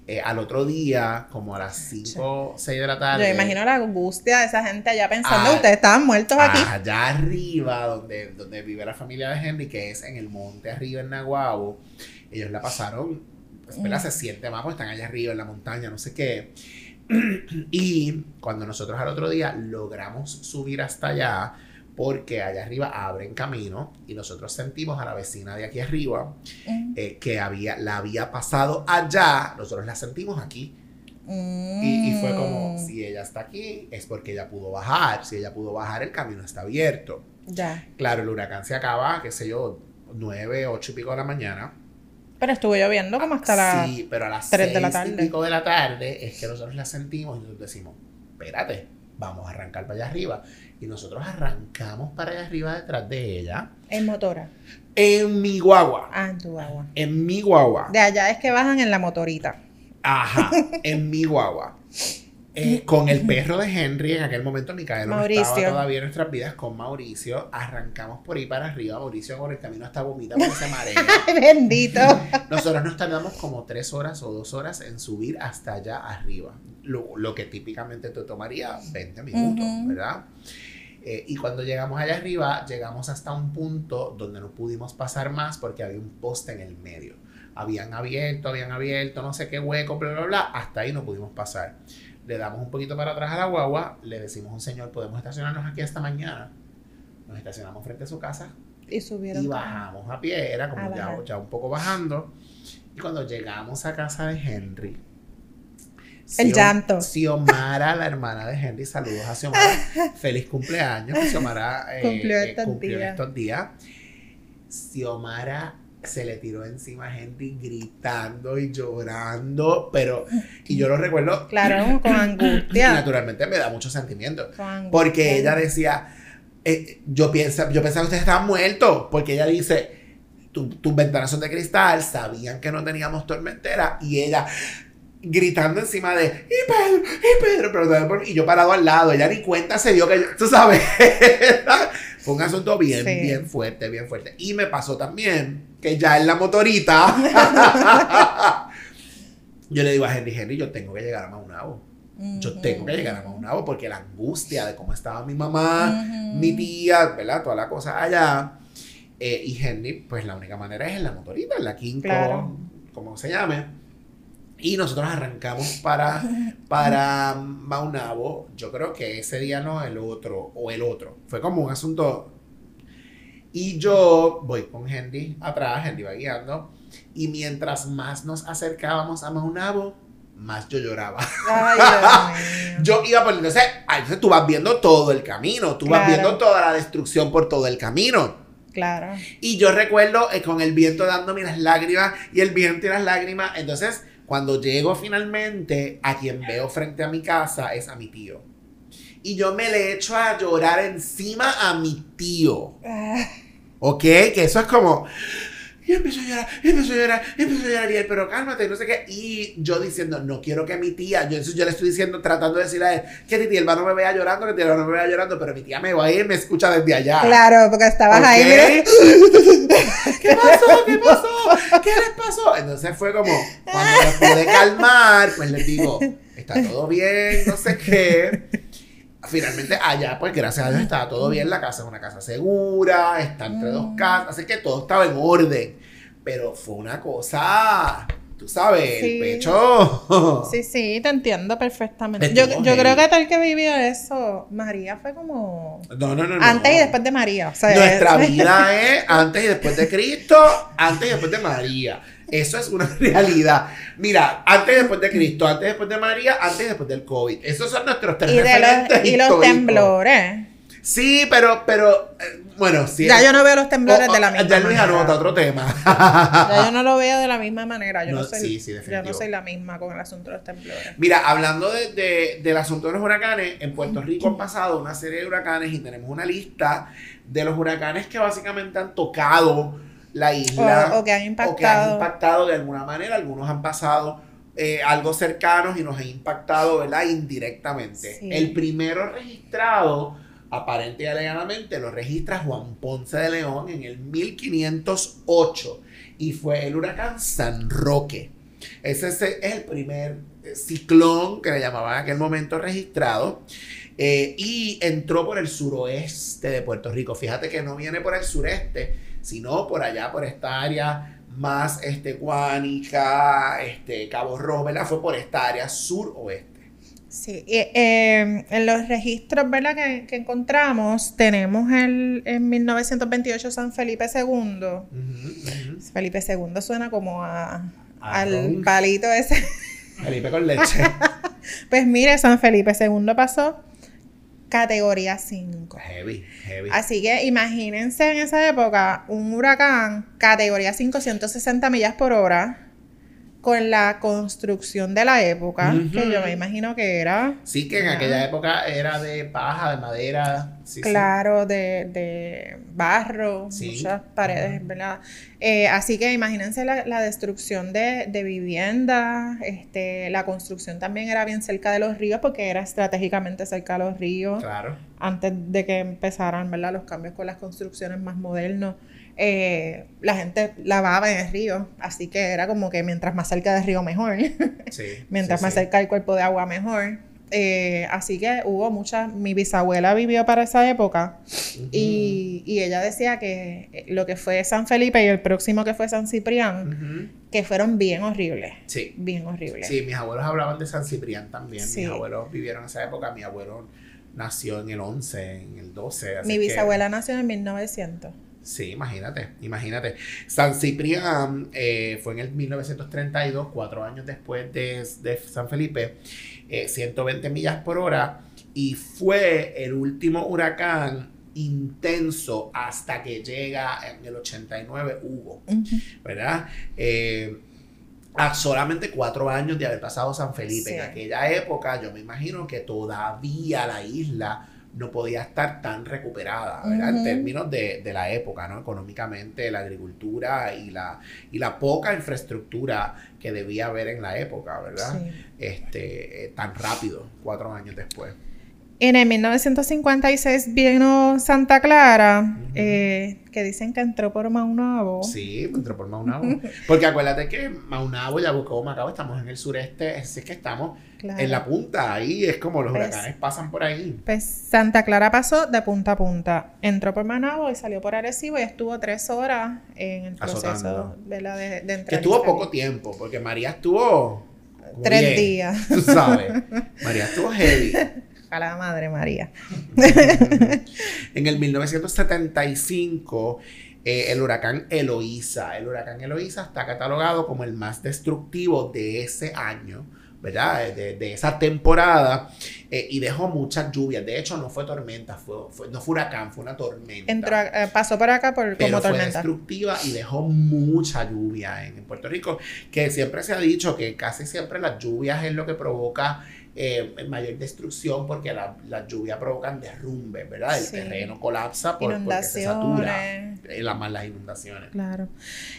Eh, al otro día, como a las 5, 6 de la tarde. Yo imagino la angustia de esa gente allá pensando, Ah. ustedes estaban muertos aquí. Allá arriba, donde, donde vive la familia de Henry, que es en el monte arriba en Naguabo, ellos la pasaron, pues, Mm. ¿verdad? se siente más porque están allá arriba en la montaña, no sé qué. Y cuando nosotros al otro día logramos subir hasta allá, porque allá arriba abren camino y nosotros sentimos a la vecina de aquí arriba Mm. eh, que había, la había pasado allá, nosotros la sentimos aquí. Y, y fue como, Mm. si ella está aquí, es porque ella pudo bajar. Si ella pudo bajar, el camino está abierto. Ya. Claro, el huracán se acaba, qué sé yo, nueve, ocho y pico de la mañana. Pero estuvo lloviendo como hasta la. Sí, pero a las tres de la seis y tarde. pico de la tarde es que nosotros la sentimos y nosotros decimos, espérate, vamos a arrancar para allá arriba. Y nosotros arrancamos para allá arriba detrás de ella En motora. en mi guagua. Ah, en tu agua. En mi guagua. De allá es que bajan en la motorita. Ajá, en mi guagua. eh, con el perro de Henry, en aquel momento Micaela no estaba Mauricio. todavía en nuestras vidas con Mauricio. Arrancamos por ahí para arriba. Mauricio con el camino hasta vomita porque se marea. Ay, bendito. Nosotros nos tardamos como tres horas o dos horas en subir hasta allá arriba, lo, lo que típicamente te tomaría 20 minutos, Ujú. ¿verdad? Eh, y cuando llegamos allá arriba, llegamos hasta un punto donde no pudimos pasar más porque había un poste en el medio. Habían abierto, habían abierto, no sé qué hueco, bla, bla, bla. Hasta ahí no pudimos pasar. Le damos un poquito para atrás a la guagua, le decimos a un señor, podemos estacionarnos aquí hasta mañana. Nos estacionamos frente a su casa, Y subieron. y bajamos a pie, era A como ya, bajar. ya un poco bajando. Y cuando llegamos a casa de Henry, El Xio- llanto. Xiomara, la hermana de Henry, saludos a Xiomara. Feliz cumpleaños. que Xiomara eh, Cumplió eh, estos cumplió días. estos días. Xiomara se le tiró encima a Henry gritando y llorando, pero. Y yo lo recuerdo. Claro, con angustia. Naturalmente me da mucho sentimiento. Con angustia. Porque ella decía, eh, yo, piensa, yo pensaba que ustedes estaban muertos, porque ella dice, "Tu- tus ventanas son de cristal, sabían que no teníamos tormentera, y ella gritando encima de, y Pedro, y Pedro, pero todavía por- y yo parado al lado, ella ni cuenta se dio que, yo- tú sabes, fue un asunto bien, Sí. bien fuerte, bien fuerte. Y me pasó también que ya en la motorita, yo le digo a Henry, Henry, yo tengo que llegar a Maunabo. Yo Ujú. tengo que llegar a Maunabo porque la angustia de cómo estaba mi mamá, Ujú. mi tía, ¿verdad? Toda la cosa allá. Eh, y Henry, pues la única manera es en la motorita, en la quinco, Claro. como se llame. Y nosotros arrancamos para, para Maunabo. Yo creo que ese día no, el otro, o el otro. Fue como un asunto. Y yo voy con Henry atrás, Henry va guiando. Y mientras más nos acercábamos a Maunabo, más yo lloraba. Ay, Dios mío. Yo iba por entonces, ah, entonces tú vas viendo todo el camino, tú vas Claro. viendo toda la destrucción por todo el camino. Claro. Y yo recuerdo eh, con el viento dándome las lágrimas y el viento y las lágrimas. Entonces, cuando llego finalmente, a quien veo frente a mi casa es a mi tío. Y yo me le echo a llorar encima a mi tío. Ah, ¿Ok? Que eso es como. Y empezó a llorar, y empezó a llorar, y empezó a llorar, y él, pero cálmate, no sé qué. Y yo diciendo, no quiero que mi tía, yo, yo le estoy diciendo, tratando de decirle a él, que mi tía Elba no me vea llorando, que mi tía Elba no me vea llorando, pero mi tía me va a ir, me escucha desde allá. Claro, porque estabas ¿Ok? ahí, mira. ¿Qué pasó? ¿Qué pasó? ¿Qué les pasó? Entonces fue como, cuando los pude calmar, pues les digo, está todo bien, no sé qué. Finalmente allá, pues gracias a Dios estaba todo bien, la casa es una casa segura, está entre dos Mm. casas, así que todo estaba en orden. Pero fue una cosa, tú sabes, Sí. el pecho. Sí, sí, te entiendo perfectamente. Me Yo, tuvo yo heavy. creo que tal que vivió eso, María fue como No, no, no, no. antes y después de María. O sea, Nuestra vida es antes y después de Cristo, antes y después de María. Eso es una realidad. Mira, antes y después de Cristo, antes y después de María, antes y después del COVID. Esos son nuestros tres y, de los, referentes y los históricos. temblores. Sí, pero, pero, eh, bueno, sí. Ya yo no veo los temblores Oh, oh, de la misma Ya Luis manera. anota otro tema. Ya yo no lo veo de la misma manera. Yo no, No, soy, sí, sí, yo definitivo. no soy la misma con el asunto de los temblores. Mira, hablando de- de- del asunto de los huracanes, en Puerto Rico han pasado una serie de huracanes y tenemos una lista de los huracanes que básicamente han tocado la isla. O, o que han o que han impactado. impactado de alguna manera. Algunos han pasado eh, algo cercanos y nos han impactado, ¿verdad? Indirectamente. Sí. El primero registrado, aparente y alegadamente, lo registra Juan Ponce de León en el 1508 y fue el huracán San Roque. Ese es el- es el primer eh, ciclón que le llamaban en aquel momento registrado. eh, y entró por el suroeste de Puerto Rico. Fíjate que no viene por el sureste, sino por allá, por esta área más este, Cuánica, este, Cabo Rojo, ¿verdad? Fue por esta área suroeste. Sí, y, eh, en los registros ¿verdad? Que, que encontramos, tenemos el en 1928 San Felipe II. Felipe II suena como a, al Arroz, palito ese. Felipe con leche. Pues mire, San Felipe II pasó categoría 5. heavy, heavy. Así que imagínense en esa época un huracán categoría 5, 160 millas por hora, con la construcción de la época, que yo me imagino que era, Sí, que en Ah. aquella época era de paja, de madera. Sí, sí. claro, de, de barro, Sí. muchas paredes, ¿verdad? Eh, así que imagínense la, la destrucción de, de viviendas, este, la construcción también era bien cerca de los ríos porque era estratégicamente cerca de los ríos. Claro. antes de que empezaran ¿verdad? los cambios con las construcciones más modernos, eh, la gente lavaba en el río, así que era como que mientras más cerca del río mejor, Sí. mientras sí, más sí. cerca del cuerpo de agua mejor. Eh, así que hubo muchas, mi bisabuela vivió para esa época Ujú. y, y ella decía que eh, lo que fue San Felipe y el próximo que fue San Ciprián, Ujú. que fueron bien horribles, Sí. bien horribles. Mm. Sí, mis abuelos hablaban de San Ciprián también. Sí. Mis abuelos vivieron esa época. Mi abuelo nació en el 11, en el 12. así Mi que- bisabuela nació en 1900. Sí, imagínate, imagínate. San Ciprián eh, fue en el 1932, cuatro años después de, de San Felipe, eh, 120 millas por hora, y fue el último huracán intenso hasta que llega en el 89 Hugo, Ujú. ¿verdad? Eh, a solamente cuatro años de haber pasado San Felipe. En Sí. aquella época, yo me imagino que todavía la isla no podía estar tan recuperada, ¿verdad? En Ujú. términos de, de la época, ¿no? Económicamente, la agricultura y la, y la poca infraestructura que debía haber en la época, ¿verdad? Sí. Este, eh, tan rápido, cuatro años después. En el 1956 vino Santa Clara, Ujú. eh, que dicen que entró por Maunabo. Sí, entró por Maunabo. Porque acuérdate que Maunabo, Yabucoa, Macao, estamos en el sureste, así es que estamos Claro. en la punta, ahí es como los Pues- huracanes pasan por ahí. Pues Santa Clara pasó de punta a punta. Entró por Manabo y salió por Arecibo y estuvo tres horas en el proceso Azotando. ¿verdad? de, de entrar. Que estuvo poco tiempo, porque María estuvo. como Tres bien, días. Tú sabes. María estuvo heavy. A la madre María. en el 1975, eh, el huracán Eloísa. El huracán Eloísa está catalogado como el más destructivo de ese año, ¿verdad? Eh, De, de esa temporada eh, y dejó muchas lluvias. De hecho, no fue tormenta, fue, fue- no fue huracán, fue una tormenta. Entró, a- eh, pasó por acá por, pero como fue tormenta. destructiva y dejó mucha lluvia en Puerto Rico, que siempre se ha dicho que casi siempre las lluvias es lo que provoca eh, mayor destrucción porque la- las lluvias provocan derrumbes, ¿verdad? El Sí. terreno colapsa por, porque se satura Inundaciones. eh, las malas inundaciones. Claro.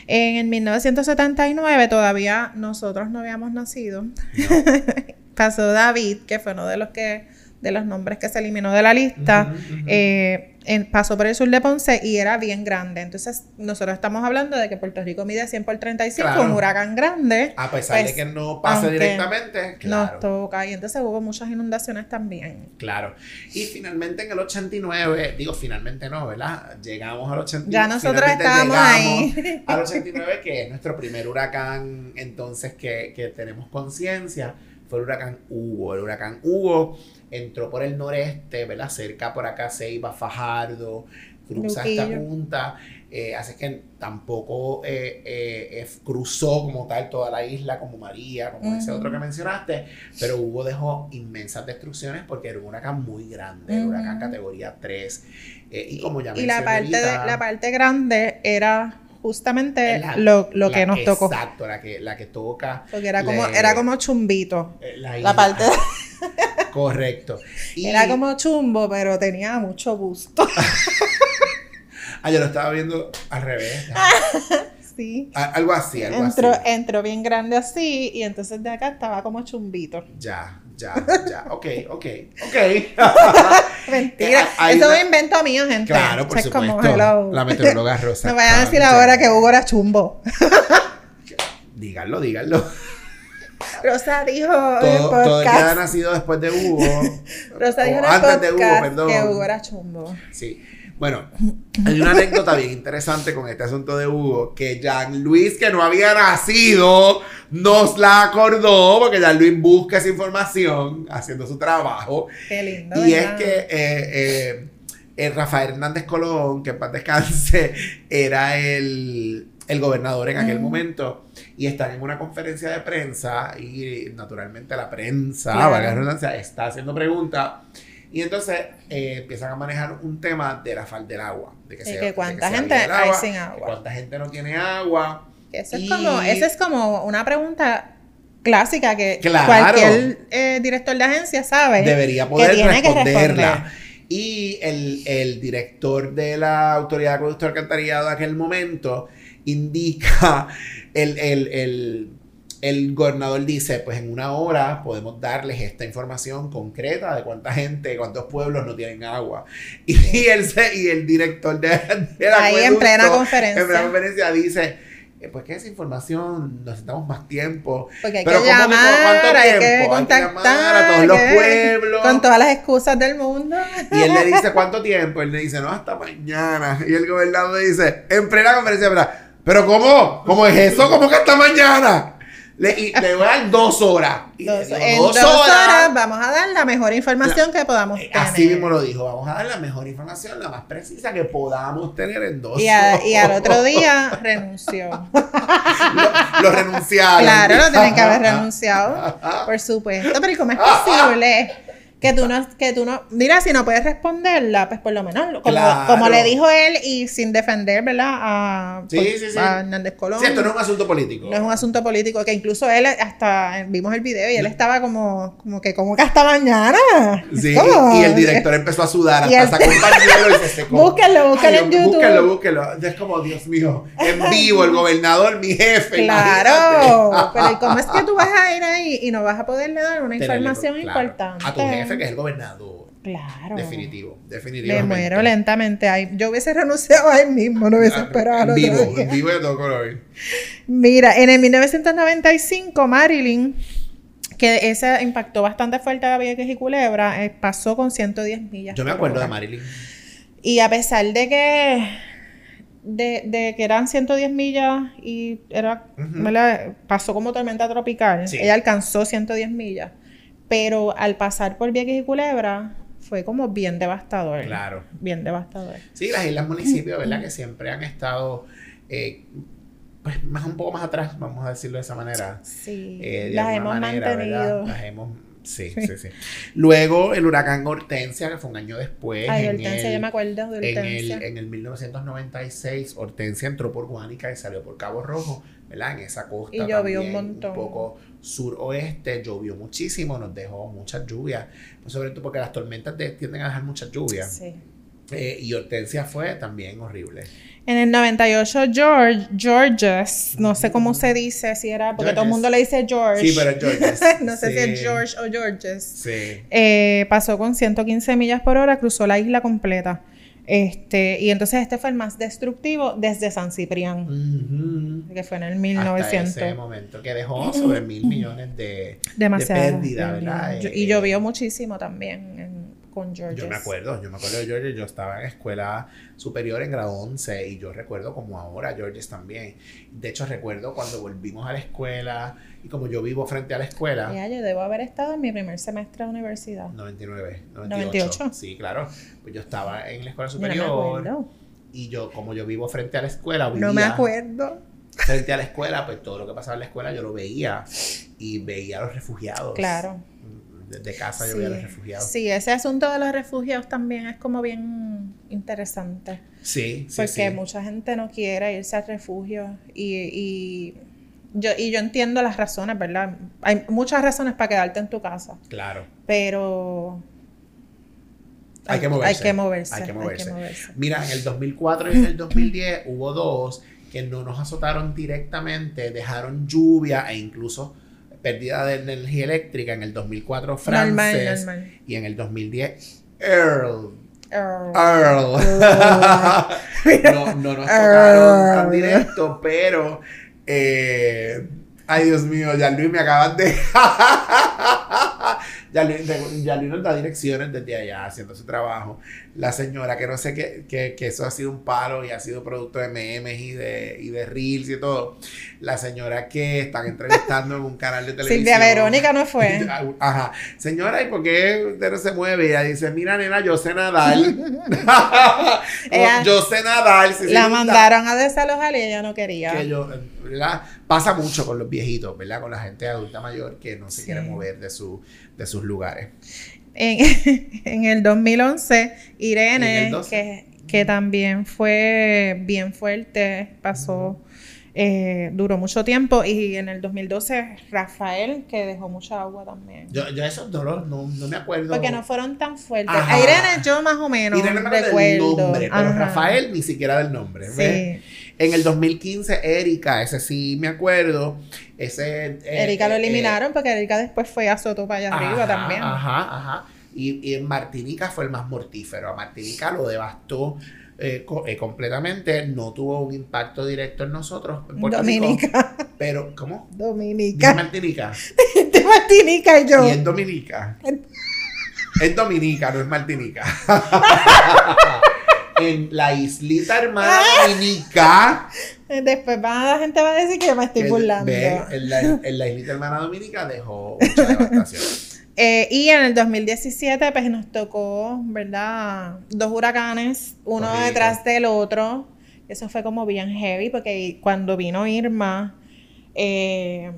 En el 1979 todavía nosotros no habíamos nacido. ¿no? pasó David, que fue uno de los que de los nombres que se eliminó de la lista, Ujú, ujú. eh, en- pasó por el sur de Ponce y era bien grande. Entonces, nosotros estamos hablando de que Puerto Rico mide 100 por 35, Claro. un huracán grande, A pesar pues, de que no pase aunque directamente, claro. nos toca. Y entonces hubo muchas inundaciones también. Claro. Y finalmente en el 89, digo finalmente no, ¿verdad? Llegamos al 89. Ya nosotros finalmente estábamos llegamos ahí. Al 89, que es nuestro primer huracán, entonces que, que tenemos conciencia, fue el huracán Hugo. El huracán Hugo entró por el noreste, ¿verdad? Cerca por acá, Ceiba, Fajardo, cruza esta Luquillo. punta. eh, así que tampoco eh, eh, eh, cruzó como tal toda la isla, como María, como ese Ujú. otro que mencionaste. Pero Hugo dejó inmensas destrucciones porque era un huracán muy grande, era un huracán Ujú. categoría 3. eh, y como ya Y la mencioné parte, de- ahorita, la parte grande era justamente La- Eh, lo, lo que la- nos tocó. Exacto, la que, la que toca Porque era como, le- era como chumbito. eh, la, La isla. parte Correcto. Y, era como chumbo, pero tenía mucho gusto. Ah, yo lo estaba viendo al revés. Sí. A- algo así, algo Entró, así. entró bien grande así y entonces de acá estaba como chumbito. Ya, ya, ya. Ok, ok, ok. Mentira. Eh, hay Eso una- es invento mío, gente. claro, por Eso es como, supuesto. hello. La meteoróloga Rosa. No vayan a decir ahora que Hugo era chumbo. Díganlo, díganlo. Rosa dijo en el Todo, todo el que ha podcast. nacido después de Hugo. Rosa dijo o en el antes de Hugo, podcast perdón. que Hugo era chumbo. Sí. Bueno, hay una anécdota bien interesante con este asunto de Hugo, que Jean Luis, que no había nacido, nos la acordó, porque Jean Luis busca esa información haciendo su trabajo. Qué lindo. y es ¿verdad? que eh, eh, eh, Rafael Hernández Colón, que en paz descanse, era el, el gobernador en aquel Ujú. momento. Y están en una conferencia de prensa y naturalmente la prensa, Claro. valga la redundancia, está haciendo preguntas. Y entonces eh, empiezan a manejar un tema de la falta del agua. De que, Y se- Eh, que de que cuánta se gente había el hay agua, sin que agua. cuánta gente no tiene agua. Esa Y- es, como, esa es como una pregunta clásica que Claro. cualquier eh, director de agencia sabe. Debería poder tiene pues, que responderla. responder. Y el, el director de la Autoridad de Producto Alcantarillado de aquel momento indica, el, el- el- el gobernador dice, pues en una hora podemos darles esta información concreta de cuánta gente, cuántos pueblos no tienen agua. Y, el, se- y el director de, de la Ahí en plena conferencia. en plena conferencia dice, eh, pues que esa información, necesitamos más tiempo. Porque hay Pero que ¿cómo- cómo- cuánto llamar, hay que tiempo? Hay que llamar a contactar. todos los hay que- pueblos. Con todas las excusas del mundo. Y él le dice, ¿cuánto tiempo? Él le dice, no, hasta mañana. Y el gobernador dice, en plena conferencia, ¿verdad? ¿Pero cómo? ¿Cómo es eso? ¿Cómo que hasta mañana? Le, y le voy a dar dos horas. Y le Dos- digo, en dos, dos horas. horas vamos a dar la mejor información que podamos Eh, tener. Así mismo lo dijo. Vamos a dar la mejor información, la más precisa que podamos tener en dos y, a- y al otro día renunció. horas. Lo renunciaron. Claro, lo tienen que haber renunciado. Por supuesto. Pero ¿y cómo es posible? Que tú no, que tú no, mira, si no puedes responderla, pues por lo menos, como, Claro. como le dijo él, y sin defender, ¿verdad? A, Sí, por- sí, sí. a Hernández Colón. Sí, esto no es un asunto político. No es un asunto político, que incluso él, hasta vimos el video y él estaba como, como que, como que hasta mañana? Sí, ¿Cómo? y el director empezó a sudar, Y hasta el- sacó un pañuelo y se secó. Búsquenlo, búsquenlo Ay, en YouTube. Búsquenlo, búsquenlo. Es como, Dios mío, en vivo, el gobernador, mi jefe. Claro, imagínate. pero ¿y cómo es que tú vas a ir ahí y no vas a poderle dar una Tenerle- información claro, importante? A tu jefe, que es el gobernador. Claro. Definitivo, Me definitivamente. muero lentamente. Ay, yo hubiese renunciado ahí mismo, no hubiese Ah, esperado. al En otro vivo, día. en vivo de todo color. Mira, en el 1995, Marilyn, que esa impactó bastante fuerte a Vieques y Culebra, eh, pasó con 110 millas. Yo me por acuerdo de hora. Marilyn. Y a pesar de que, de, de que eran 110 millas y era, Ujú. ¿verdad? pasó como tormenta tropical, Sí. ella alcanzó 110 millas. Pero al pasar por Vieques y Culebra fue como bien devastador. Claro. Bien devastador. Sí, las islas municipios, ¿verdad? Que siempre han estado, eh, pues, más un poco más atrás, vamos a decirlo de esa manera. Sí, eh, de las hemos alguna manera, ¿verdad? mantenido. Las hemos. Sí, sí, sí, Luego el huracán Hortensia, que fue un año después. Ay, en Hortensia, el- yo me acuerdo de en el, Hortensia. en el 1996, Hortensia entró por Guánica y salió por Cabo Rojo, ¿verdad? En esa costa. Y llovió un también, montón. Un poco suroeste, llovió muchísimo, nos dejó muchas lluvias. pues sobre todo porque las tormentas de- tienden a dejar muchas lluvias. Sí. Eh, y Hortensia fue también horrible. En el 98, George, Georges, no sé cómo se dice, si era, porque todo el Mm. Georges. mundo le dice George. Sí, pero Georges. no sé sí, si es George o Georges. Sí. Eh, pasó con 115 millas por hora, cruzó la isla completa. Este, y entonces este fue el más destructivo desde San Ciprián, Ujú. que fue en el Mm. Hasta 1900. ese momento que dejó sobre mil millones de... Demasiado. de pérdida, ¿verdad? Yo- Eh, y llovió muchísimo también en- con Georges. Yo me acuerdo, yo me acuerdo de George, yo estaba en escuela superior en grado 11 y yo recuerdo como ahora Georges también. De hecho recuerdo cuando volvimos a la escuela y como yo vivo frente a la escuela, Ya, yo debo haber estado en mi primer semestre de universidad. 99, 98, 98. Sí, claro, pues yo estaba en la escuela Yo no me superior acuerdo. y yo como yo vivo frente a la escuela, vivía No me acuerdo. frente a la escuela, pues todo lo que pasaba en la escuela yo lo veía y veía a los refugiados. Claro. Desde casa yo veía a los refugiados. sí, ese asunto de los refugiados también es como bien interesante. Sí, sí, porque sí. mucha gente no quiere irse al refugio y, y yo, y yo entiendo las razones, ¿verdad? Hay muchas razones para quedarte en tu casa, Claro. pero... Hay que moverse. Hay que moverse. Hay que moverse. moverse. Mira, en el 2004 y en el 2010 hubo dos que no nos azotaron directamente, dejaron lluvia e incluso pérdida de energía eléctrica. En el 2004 Frances Normal, normal. y en el 2010 Earl. Err. Ah, Earl. no, no nos tocaron tan directo, pero... eh, ay, Dios mío, ya Luis me acaban de... Ya Luis, nos da direcciones desde allá haciendo su trabajo. La señora, que no sé qué, que, que eso ha sido un palo y ha sido producto de memes y de, y de reels y todo. La señora que están entrevistando en un canal de televisión. Silvia Verónica no fue. Ajá. Señora, ¿y por qué usted no se mueve? Y ella dice, mira, nena, yo sé nadar. Ella- yo sé nadar. si se La inunda. mandaron a desalojar y ella no quería. Que yo, ¿verdad? Pasa mucho con los viejitos, ¿verdad? Con la gente adulta mayor que no se Sí. quiere mover de, su, de sus lugares. En, en el 2011, En Irene, el 12. que, que también fue bien fuerte, pasó eh, duró mucho tiempo y en el 2012 Rafael, que dejó mucha agua también. Yo, yo esos dolores no, no me acuerdo. Porque no fueron tan fuertes. Ajá. A Irene yo más o menos Irene me acuerdo del recuerdo. nombre, pero Ajá. Rafael ni siquiera del nombre. ¿ves? Sí. En el 2015, Erika, ese sí me acuerdo. Ese, eh, Erika lo eh, eliminaron porque Erika después fue a Soto para allá arriba Ajá, también. Ajá, ajá. Y, y en Martinica fue el más mortífero. A Martinica lo devastó eh, co- eh, completamente. No tuvo un impacto directo en nosotros. En Puerto Rico. Dominica. pero, ¿cómo? Dije Dominica. Martinica. De Martinica y yo. Y es Dominica. es Dominica, no es Martinica. en la islita hermana Ah. Dominica. Eh, Después va- la gente va a decir que yo me estoy que- burlando. ve, en, la, en la islita hermana Dominica dejó mucha devastación. Eh, y en el 2017, pues nos tocó, ¿verdad? Dos huracanes, uno Horrible. detrás del otro. Eso fue como bien heavy, porque cuando vino Irma, eh,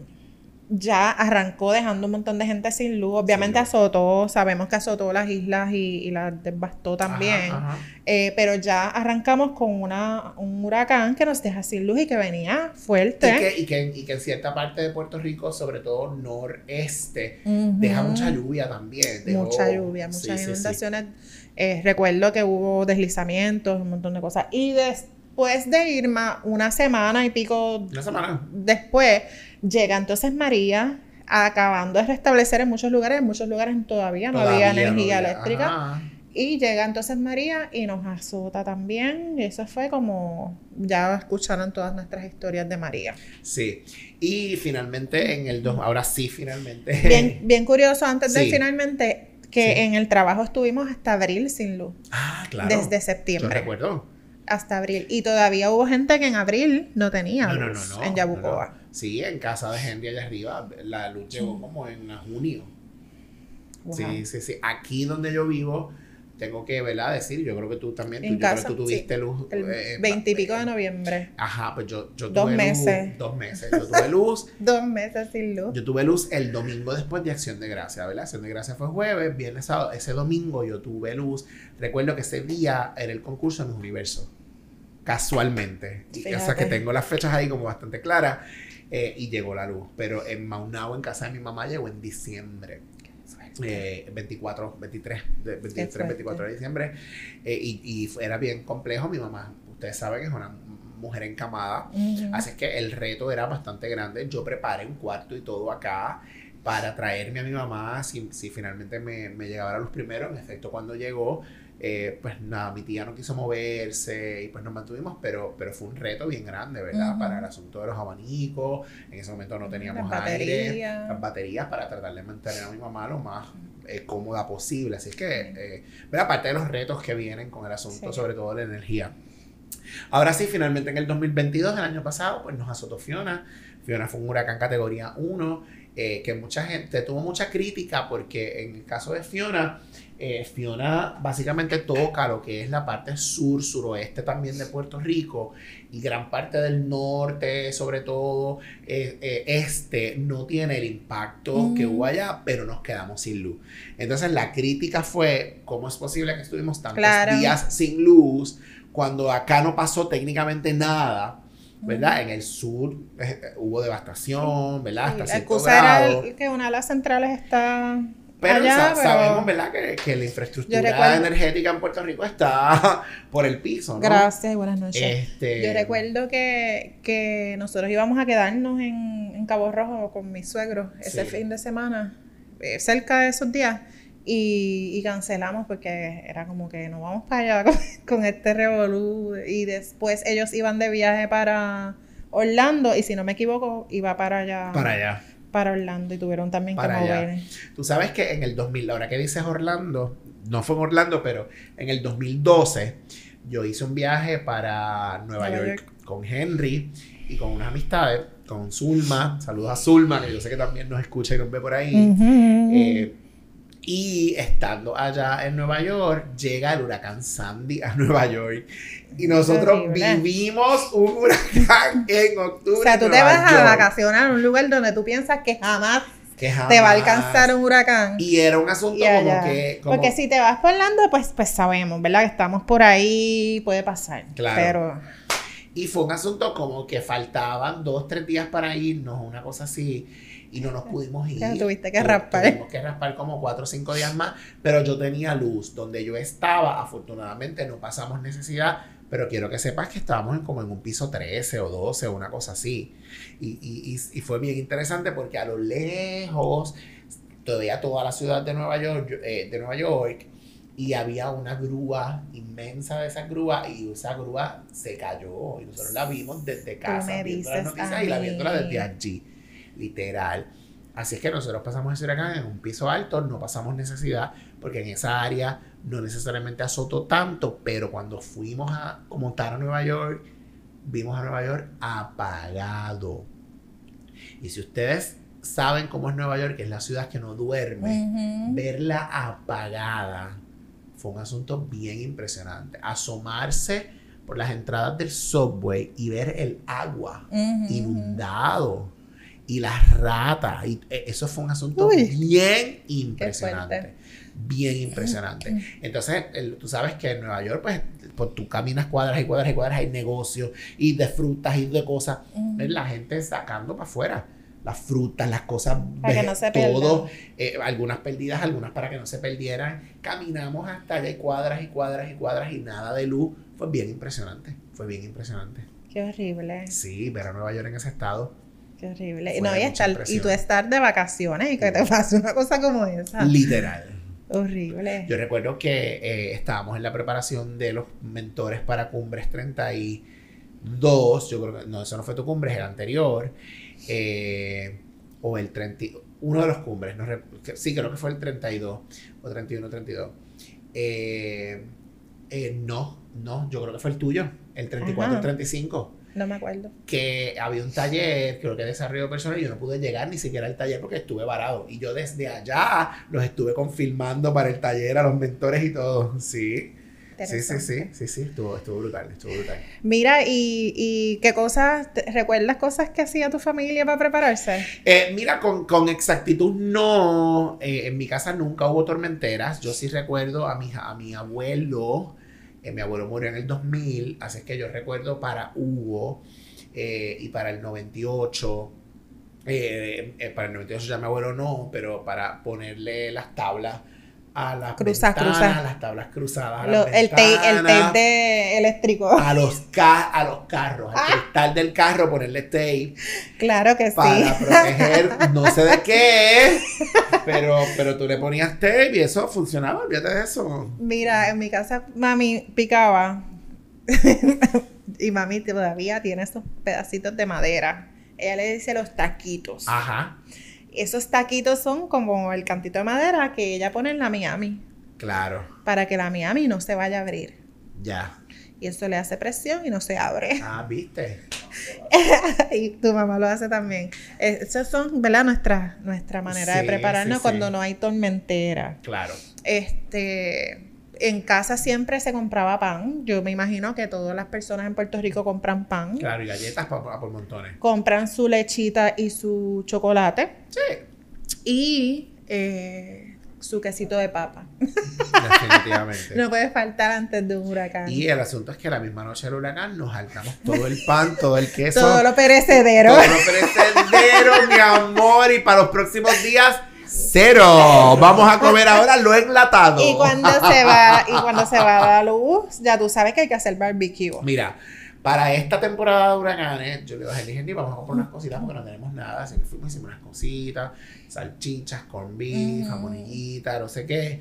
ya arrancó dejando un montón de gente sin luz. Obviamente luz. azotó, sabemos que azotó las islas y, y las devastó también. Ajá, ajá. Eh, pero ya arrancamos con una, un huracán que nos deja sin luz y que venía Y fuerte. que, y, que, y que en cierta parte de Puerto Rico, sobre todo noreste, Ujú. deja mucha lluvia también. dejó- mucha lluvia, sí, muchas sí, sí. inundaciones. Eh, recuerdo que hubo deslizamientos, un montón de cosas. Y después de Irma, una semana y pico Una semana. después, llega entonces María acabando de restablecer en muchos lugares, en muchos lugares todavía no Todavía había energía había. eléctrica. Ajá. Y llega entonces María y nos azota también. Y eso fue como, ya escucharon todas nuestras historias de María. Sí. Y finalmente en el dos ahora sí, finalmente. Bien, bien curioso, antes de Sí. finalmente, que Sí. en el trabajo estuvimos hasta abril sin luz. Ah, claro. desde Yo septiembre recuerdo. hasta abril. Y todavía hubo gente que en abril no tenía No, no, no, luz no, en Yabucoa. no, no. Sí, en casa de Henry allá arriba, la luz llegó como en junio. Wow. Sí, sí, sí. Aquí donde yo vivo, tengo que, ¿verdad? Decir, yo creo que tú también, tú, En yo creo casa, que tú tuviste luz. eh, El veintipico de noviembre. Ajá, pues yo, yo tuve Dos luz- meses. Dos meses. Yo tuve luz. Dos meses sin luz. Yo tuve luz el domingo después de Acción de Gracia, ¿verdad? Acción de Gracia fue jueves, viernes, sábado. Ese domingo yo tuve luz. Recuerdo que ese día era el concurso en Universo. Casualmente. Y- o sea que Fíjate. tengo las fechas ahí como bastante claras. eh, y llegó la luz. Pero en Maunao, en casa de mi mamá, llegó en diciembre. Eh, 24, 23, de- 23, fuerte. 24 de diciembre. Eh, y, y fue- era bien complejo. Mi mamá, ustedes saben, es una mujer encamada. Ujú. Así es que el reto era bastante grande. Yo preparé un cuarto y todo acá para traerme a mi mamá si, si finalmente me, me llegara los primeros. En efecto, cuando llegó, eh, pues nada, mi tía no quiso moverse y pues nos mantuvimos, pero, pero fue un reto bien grande, ¿verdad? Ujú. Para el asunto de los abanicos. En ese momento no teníamos Las aire, baterías. las baterías para tratar de mantener a mi mamá lo más eh, cómoda posible. Así es que, eh, ¿verdad? aparte de los retos que vienen con el asunto, Sí. sobre todo de la energía. Ahora sí, finalmente en el 2022, el año pasado, pues nos azotó Fiona. Fiona fue un huracán categoría 1, eh, que mucha gente tuvo mucha crítica porque en el caso de Fiona, eh, Fiona básicamente toca lo que es la parte sur, suroeste también de Puerto Rico y gran parte del norte, sobre todo eh, eh, este, no tiene el impacto que Mm. hubo allá, pero nos quedamos sin luz. Entonces la crítica fue, ¿cómo es posible que estuvimos tantos Claro. días sin luz? cuando acá no pasó técnicamente nada, ¿verdad? En el sur eh, eh, hubo devastación, ¿verdad? Hasta La cierto excusa era grado. el- que una de las centrales está... Pero, allá, sa- pero- sabemos, ¿verdad? Que, que la Yo infraestructura recuerdo- energética en Puerto Rico está por el piso, ¿no? Gracias y buenas noches. Este, Yo recuerdo que, que nosotros íbamos a quedarnos en, en Cabo Rojo con mis suegros ese Sí. fin de semana, eh, cerca de esos días, y, y cancelamos porque era como que no vamos para allá con, con este revolú. Y después ellos iban de viaje para Orlando, y si no me equivoco, iba para allá, Para allá. para Orlando, y tuvieron también Para que allá. mover. Tú sabes que en el 2000, ahora que dices Orlando, no fue en Orlando, pero en el 2012 yo hice un viaje para Nueva, Nueva York, con Henry y con unas amistades, con Zulma. Saludos a Zulma, que yo sé que también nos escucha y nos ve por ahí. Ujú. Eh, y estando allá en Nueva York, llega el huracán Sandy a Nueva York. Y nosotros Terrible. vivimos un huracán en octubre. o sea, tú en te Nueva vas a York, vacacionar a un lugar donde tú piensas que jamás que te va a jamás- alcanzar un huracán. Y era un asunto Ya, como ya. que. como- Porque si te vas por Orlando, pues, pues sabemos, ¿verdad? Que estamos por ahí, puede pasar. Claro. Pero Y fue un asunto como que faltaban dos, tres días para irnos, una cosa así, y no nos pudimos ir. Te tuviste que Tu- raspar. Tuvimos que raspar como cuatro o cinco días más, pero yo tenía luz. Donde yo estaba, afortunadamente no pasamos necesidad, pero quiero que sepas que estábamos en como en un piso 13 o 12 o una cosa así. Y, y, y, y fue bien interesante porque a lo lejos, todavía toda la ciudad de Nueva York, yo- eh, de Nueva York y había una grúa inmensa de esas grúas y esa grúa se cayó y nosotros la vimos desde casa me viendo las dices a noticias y la mí. viéndola desde allí literal así es que nosotros pasamos ese huracán en un piso alto no pasamos necesidad porque en esa área no necesariamente azotó tanto pero cuando fuimos a montar a Nueva York vimos a Nueva York apagado y si ustedes saben cómo es Nueva York es la ciudad que no duerme Ujú. verla apagada fue un asunto bien impresionante. Asomarse por las entradas del subway y ver el agua Ujú. inundado y las ratas. y, eh, eso fue un asunto Uy. bien impresionante. Bien impresionante. Entonces, el- tú sabes que en Nueva York, pues, por- tú caminas cuadras y cuadras y cuadras, hay negocios y de frutas y de cosas. Ujú. ¿Ves? La gente sacando para afuera las frutas, las cosas, pues, Para que no se pierdan. todo, eh, algunas perdidas, algunas para que no se perdieran. Caminamos hasta allá y cuadras y cuadras y cuadras y nada de luz. Fue bien impresionante, fue bien impresionante. Qué horrible, Sí, ver a Nueva York en ese estado. qué horrible. Y Fue No, de y, mucha estar, y impresión. tú estar de vacaciones y que te pase una cosa como esa. Literal. horrible. Yo recuerdo que eh, estábamos en la preparación de los mentores para Cumbres 32. Yo creo que no, eso no fue tu cumbre, es el anterior. eh, o el 30, uno de los cumbres. No, re- que- sí, creo que fue el 32 o 31, 32. Eh, eh, no, no, yo creo que fue el tuyo, el 34, Ajá. el 35 No me acuerdo. que había un taller, creo que de desarrollo personal, y yo no pude llegar ni siquiera al taller porque estuve varado. Y yo desde allá los estuve confirmando para el taller a los mentores y todo. Sí, sí, sí, sí, Interesante. sí, sí, estuvo, estuvo brutal, estuvo brutal. Mira, y, y qué cosas, te- ¿recuerdas cosas que hacía tu familia para prepararse? Eh, mira, con, con exactitud no, Eh, en mi casa nunca hubo tormenteras. Yo sí recuerdo a mi, a mi abuelo, eh, mi abuelo murió en el 2000, así es que yo recuerdo para Hugo eh, y para el 98. eh, eh, para el 98 ya mi abuelo no, pero para ponerle las tablas a las Cruzas, ventanas, cruzas. las tablas cruzadas, a Ah, Lo- las el tape, el ventanas, tape de eléctrico. a los, ca- a los carros, Ah. al cristal del carro ponerle tape claro que sí. para proteger no sé de qué, pero, pero tú le ponías tape y eso funcionaba, olvídate de eso. Mira, en mi casa mami picaba y mami todavía tiene esos pedacitos de madera. Ella le dice los taquitos. Ajá, Esos taquitos son como el cantito de madera que ella pone en la Miami claro, para que la Miami no se vaya a abrir. ya. Y eso le hace presión y no se abre. Ah, viste. y tu mamá lo hace también. Eh, Esas son, ¿verdad? Nuestra, nuestra manera de Sí, prepararnos sí, sí. cuando no hay tormentera. Claro. Este, en casa siempre se compraba pan. Yo me imagino que todas las personas en Puerto Rico compran pan. Claro, y galletas pa- pa- por montones. Compran su lechita y su chocolate. Sí. Y eh, su quesito de papa. Definitivamente. No puede faltar antes de un huracán. Y el asunto es que la misma noche del huracán nos saltamos todo el pan, todo el queso. Todo lo perecedero. Todo lo perecedero, mi amor, y para los próximos días, cero. Vamos a comer ahora lo enlatado. Y cuando se va, y cuando se va la luz, ya tú sabes que hay que hacer barbecue. Pues Mira, para esta temporada de huracanes, yo le dije a Jenny, vamos a comprar unas cositas porque no tenemos nada. Así que fuimos, hicimos unas cositas, salchichas, corn beef, Ujú. jamonillita, no sé qué.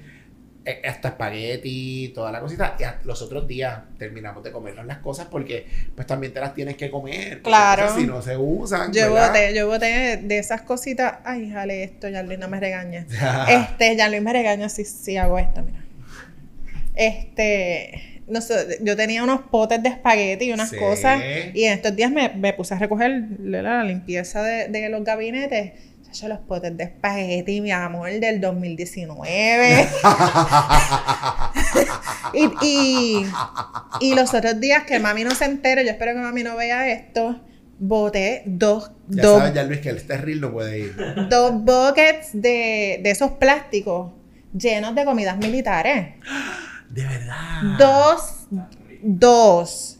eh, Hasta espagueti, toda la cosita. Y a- los otros días terminamos de comernos las cosas porque pues también te las tienes que comer. porque, Claro. pues, si no se usan, Yo ¿verdad? boté, yo boté de esas cositas. Ay, jale esto, Yarlin, no me regañes. Este, Yarlin me regaña si, si hago esto, mira. Este, no sé, yo tenía unos potes de espagueti y unas Sí. cosas. Y en estos días me, me puse a recoger la, la limpieza de, de los gabinetes. Yo los potes de espagueti, mi amor, del 2019. Y, y, y los otros días que mami no se entere, yo espero que mami no vea esto, boté dos, Ya dos, sabes, ya Luis, que el estéril no puede ir. dos buckets de, de esos plásticos llenos de Ah. comidas militares. De verdad. Dos, dos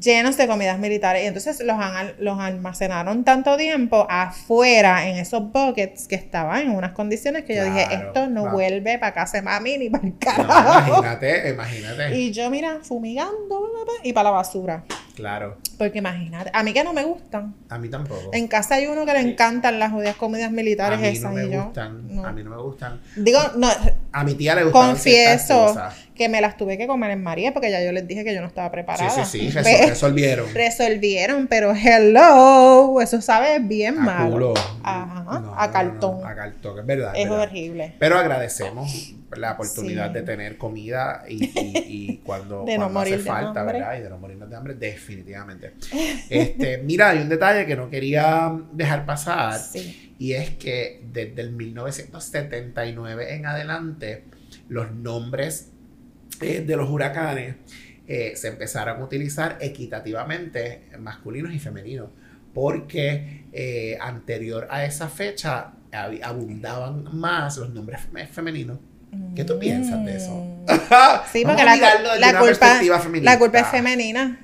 llenos de comidas militares. Y entonces los, han- los almacenaron tanto tiempo afuera en esos buckets que estaban en unas condiciones que yo dije, Claro, esto no va. vuelve para casa de mami ni para el No, carajo. imagínate, imagínate. y yo, mira, fumigando bla, bla, bla, y para la basura. Claro, Porque imagínate, a mí que no me gustan. a mí tampoco. En casa hay uno que le encantan las jodidas comidas a militares mí no esas me y yo. gustan, no. a mí no me gustan. Digo, no, A mi tía le gustan Confieso. que me las tuve que comer en María porque ya yo les dije que yo no estaba Sí, preparada. sí, sí, resol- Ve- resolvieron. resolvieron, pero hello, eso sabe bien A mal. culo. Ajá, No, a no, cartón. no, a cartón, es verdad. es Es verdad. horrible. Pero agradecemos la oportunidad Sí. de tener comida y, y- y cuando, De no cuando morir hace de falta, hambre. ¿verdad? Y de no morirnos de hambre, definitivamente. Este, mira, hay un detalle que no quería dejar pasar Sí. y es que desde el 1979 en adelante, los nombres eh, de los huracanes eh, se empezaron a utilizar equitativamente masculinos y femeninos, porque eh, anterior a esa fecha hab- abundaban más los nombres fem- femeninos. ¿Qué tú piensas de eso? Mm. sí, Sí, porque la, la culpa, la culpa es femenina.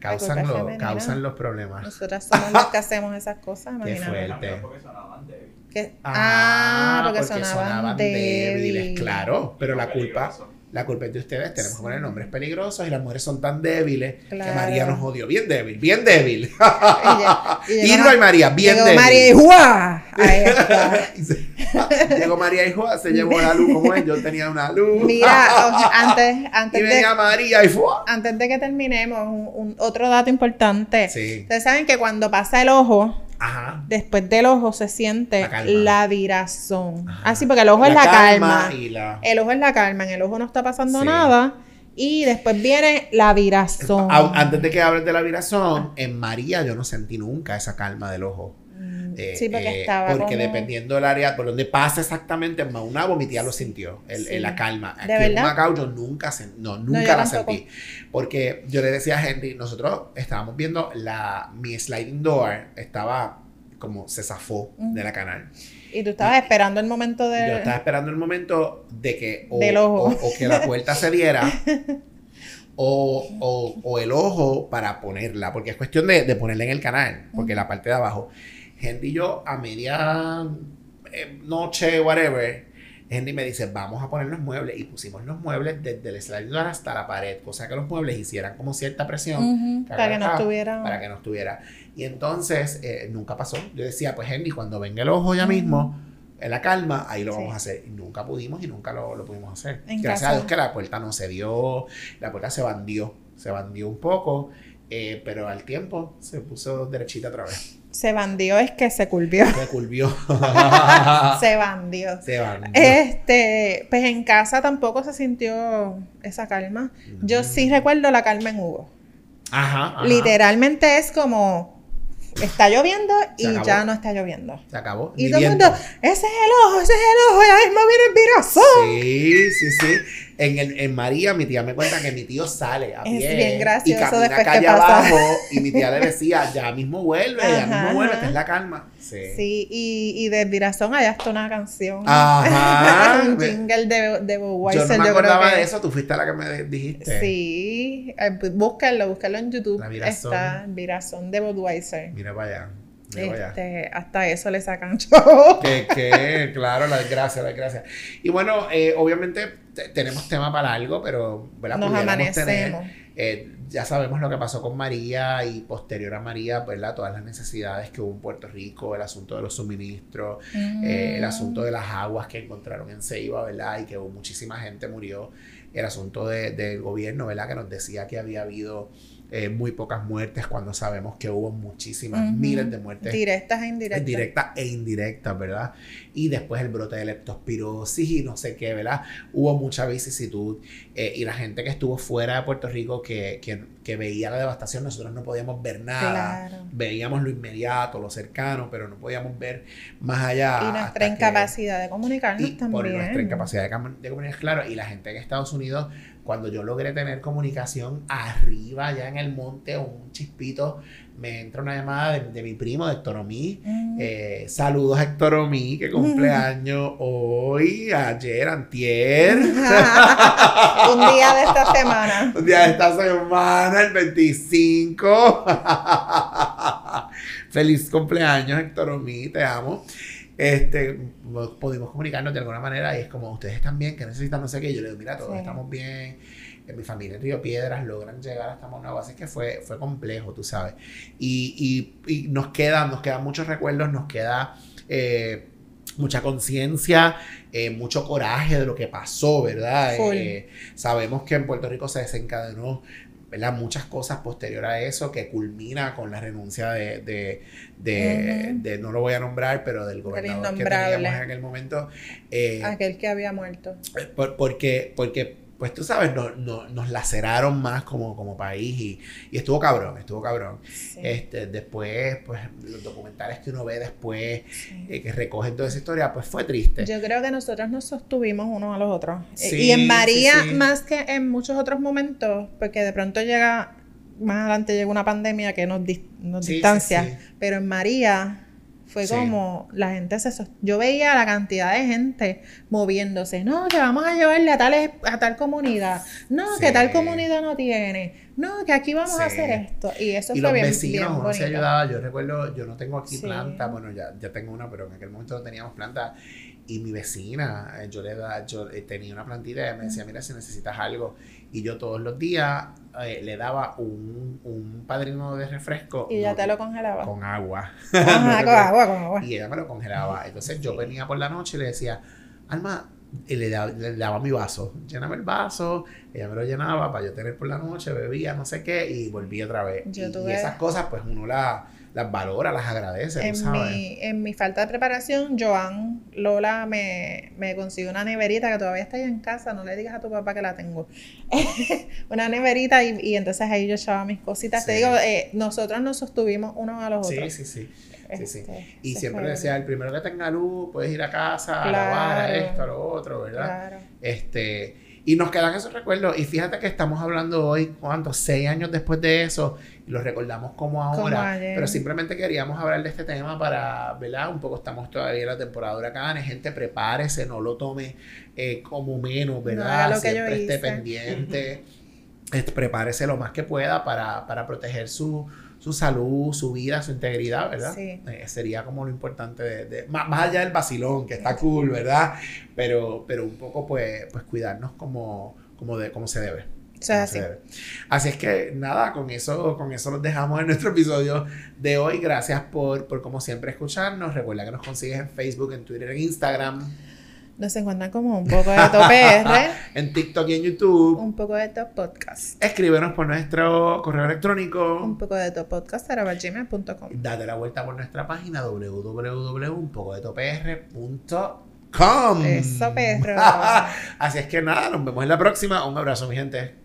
Causan, la culpa es lo- femenina. causan los problemas. Nosotras somos las que hacemos esas cosas, Ah. Qué imagínate. fuerte. También porque sonaban débil. Que- ah, porque, sonaban, débiles. Claro, pero la Fue culpa... peligroso. La culpa es de ustedes, tenemos que poner nombres peligrosos y las mujeres son tan débiles que Claro. María nos odió. Bien débil, bien débil. Y, lle- y llegó Irma Ma- y María, bien llegó débil. María y ¡guau! Ahí está. Y se- ah, Llegó María y Juan, se llevó la luz como es, yo tenía una luz. Mira, o sea, antes, y antes, de, venía María y fue. antes de que terminemos, un- un- otro dato importante. Sí. Ustedes saben que cuando pasa el ojo, Ajá. después del ojo se siente La calma. la virazón. Ajá. Así porque el ojo es la calma. Y la... El ojo es la calma, en el ojo no está pasando Sí. nada. Y después viene la virazón. A- Ah, Antes de que hables de la virazón, en María yo no sentí nunca esa calma del ojo. Mm, Eh, sí, porque eh, estaba. Porque como- dependiendo del área por donde pasa exactamente, en Maunabo, mi tía lo sintió, el- Sí. el- la calma. ¿De Aquí en verdad? Macao yo nunca, sen- no, nunca yo la tampoco. sentí. Porque yo le decía a Henry, nosotros estábamos viendo la, mi sliding door, estaba como se zafó Ujú. de la canal. Y tú estabas esperando el momento Y del. Yo estaba esperando el momento de que o, Del ojo. o- o que la puerta se diera. O, o- o el ojo para ponerla, porque es cuestión de, de ponerla en el canal, porque la parte de abajo. Henry y yo a media eh, noche, whatever, Henry me dice, vamos a poner los muebles. Y pusimos los muebles desde el sliding door hasta la pared, cosa que los muebles hicieran como cierta presión Ujú, para que no Acá, estuviera. para que no estuviera. Y entonces eh, nunca pasó. Yo decía, pues Henry, cuando venga el ojo ya Ujú. mismo, en la calma, ahí lo Sí. vamos a hacer. Y nunca pudimos y nunca lo, lo pudimos hacer. En Gracias casa. a Dios que la puerta no se dio, la puerta se bandió, se bandió un poco, eh, pero al tiempo se puso derechita otra vez. Se bandió, es que se curvió. Se curvió. Ah. se bandió. se bandió. Este, pues en casa tampoco se sintió esa calma. Yo sí recuerdo la calma en Hugo. Ajá, ajá. Literalmente es como está lloviendo Se y acabó. ya no está lloviendo. Se acabó. Y Ni todo el viento. mundo, ese es el ojo, ese es el ojo, ya mismo viene el virazo. Sí, sí, sí. En, el- en María, mi tía me cuenta que mi tío sale a Es pie bien y gracioso camina después que calle pasa. abajo y mi tía le decía, ya mismo vuelve, ya Ajá, mismo vuelve, ajá. que es la calma. Sí. Sí, y, y de virazón allá está una canción. Ajá. un Ah, Me- jingle de, de Bob yo Weiser, no me creo acordaba que- de eso, tú fuiste la que me de- dijiste. Sí, eh, bu- búscalo, búscalo en YouTube. La virazón. Está Virazón de Budweiser. Mira para allá, mira para allá. Este, hasta eso le sacan show. Que, que, claro, la desgracia, la desgracia. Y bueno, eh, obviamente te- tenemos tema para algo, pero ¿verdad? Nos Pudiéramos tener- amanecemos. Eh, ya sabemos lo que pasó con María y posterior a María, ¿verdad? Todas las necesidades que hubo en Puerto Rico, el asunto de los suministros, Mm. eh, el asunto de las aguas que encontraron en Ceiba, ¿verdad? Y que hubo muchísima gente murió, el asunto de- del gobierno, ¿verdad? Que nos decía que había habido eh, muy pocas muertes cuando sabemos que hubo muchísimas, Ujú. miles de muertes Directas e indirectas. directa e indirecta, ¿verdad? Y después el brote de leptospirosis y no sé qué, ¿verdad? Hubo mucha vicisitud eh, y la gente que estuvo fuera de Puerto Rico que, que, que veía la devastación, nosotros no podíamos ver nada. Claro. Veíamos lo inmediato, lo cercano, pero no podíamos ver más allá. Y hasta nuestra que- incapacidad de comunicarnos y también. por nuestra incapacidad de, cam- de comunicar, claro, y la gente en Estados Unidos, cuando yo logré tener comunicación arriba, allá en el monte, un chispito me entra una llamada de, de mi primo, de Héctor Omí. Eh, saludos a Héctor Omí, que cumpleaños hoy, ayer, antier. Un día de esta semana. Un día de esta semana, el 25. Feliz cumpleaños, Héctor Omí, te amo. Este, pudimos comunicarnos de alguna manera y es como, ustedes están bien, que necesitan no sé qué. Yo le digo, mira, todos Sí. estamos bien. En mi familia en Río Piedras logran llegar hasta Monagua, así que fue, fue complejo, tú sabes. Y, y- y nos quedan, nos quedan muchos recuerdos, nos queda eh, mucha conciencia, eh, mucho coraje de lo que pasó, ¿verdad? Full. Eh, sabemos que en Puerto Rico se desencadenó ¿verdad? muchas cosas posterior a eso que culmina con la renuncia de, de, de- Ujú. de- no lo voy a nombrar, pero del gobernador que innombrable. teníamos en aquel momento. eh, Aquel que había muerto. por- porque, porque, pues tú sabes, no- no- nos laceraron más como, como país y, y estuvo cabrón, estuvo cabrón. Sí, Este, después, pues los documentales que uno ve después, sí. eh, que recogen toda esa historia, pues fue triste. Yo creo que nosotros nos sostuvimos unos a los otros. E- Sí, y en María, sí, sí. más que en muchos otros momentos, porque de pronto llega, más adelante llega una pandemia que nos, dis- nos Sí, sí, distancia. sí. Pero en María fue Sí. como la gente se sost- Yo veía la cantidad de gente moviéndose. No, que vamos a llevarle a tal, es- a tal comunidad. No, que Sí. tal comunidad no tiene. No, que aquí vamos a Sí. hacer esto. Y eso y fue los bien, vecinos, bien uno se bonito. ayudaba. Yo recuerdo, yo no tengo aquí Sí. planta, bueno, ya, ya tengo una, pero en aquel momento no teníamos planta. Y mi vecina, eh, yo le da, yo eh, tenía una plantita y me decía, mira, si necesitas algo. Y yo todos los días eh, le daba un, un padrino de refresco Y ya no, te lo congelaba. con agua. Ajá, con agua, con agua. Y ella me lo congelaba. Entonces yo venía por la noche y le decía, Alma, y le, da- le daba mi vaso, lléname el vaso, ella me lo llenaba para yo tener por la noche, bebía, no sé qué, y volví otra vez. Yo y, y tuve- esas cosas, pues uno la- las valora, las agradece, tú En sabes. mi, en mi falta de preparación, Joan Lola me, me consiguió una neverita que todavía está ahí en casa. No le digas a tu papá que la tengo. una neverita y, y entonces ahí yo echaba mis cositas. Te Sí. digo, eh, nosotros nos sostuvimos unos a los Sí, otros. sí, sí. sí, sí. Este, Y eso siempre fue- decía, el primero que tenga luz, puedes ir a casa, a Claro. lavar, a esto, a lo otro, ¿verdad? Claro. Este, y nos quedan esos recuerdos. Y fíjate que estamos hablando hoy, ¿cuántos? Seis años después de eso, y los recordamos como ahora. ayer. Pero simplemente queríamos hablar de este tema para, ¿verdad? Un poco estamos todavía en la temporada de huracanes. Gente, prepárese, no lo tome eh, como menos, ¿verdad? haga lo que yo siempre esté hice. pendiente. Eh, Prepárese lo más que pueda para, para proteger su, su salud, su vida, su integridad, ¿verdad? Sí. Eh, sería como lo importante de, de- más, más allá del vacilón, que está cool, ¿verdad? Pero, pero un poco pues, pues cuidarnos como, como, de, como se debe. Eso es como así. se debe. Así es que nada, con eso, con eso los dejamos en nuestro episodio de hoy. Gracias por, por como siempre escucharnos. Recuerda que nos consigues en Facebook, en Twitter, en Instagram, Nos encuentran como un poco de top PR, en TikTok y en YouTube. un poco de top podcast, Escríbenos por nuestro correo electrónico. un poco de top podcast arroba gmail.com. Date la vuelta por nuestra página www.unpocodetopr.com Eso, perro. Mm. Así es que nada, nos vemos en la próxima. Un abrazo, mi gente.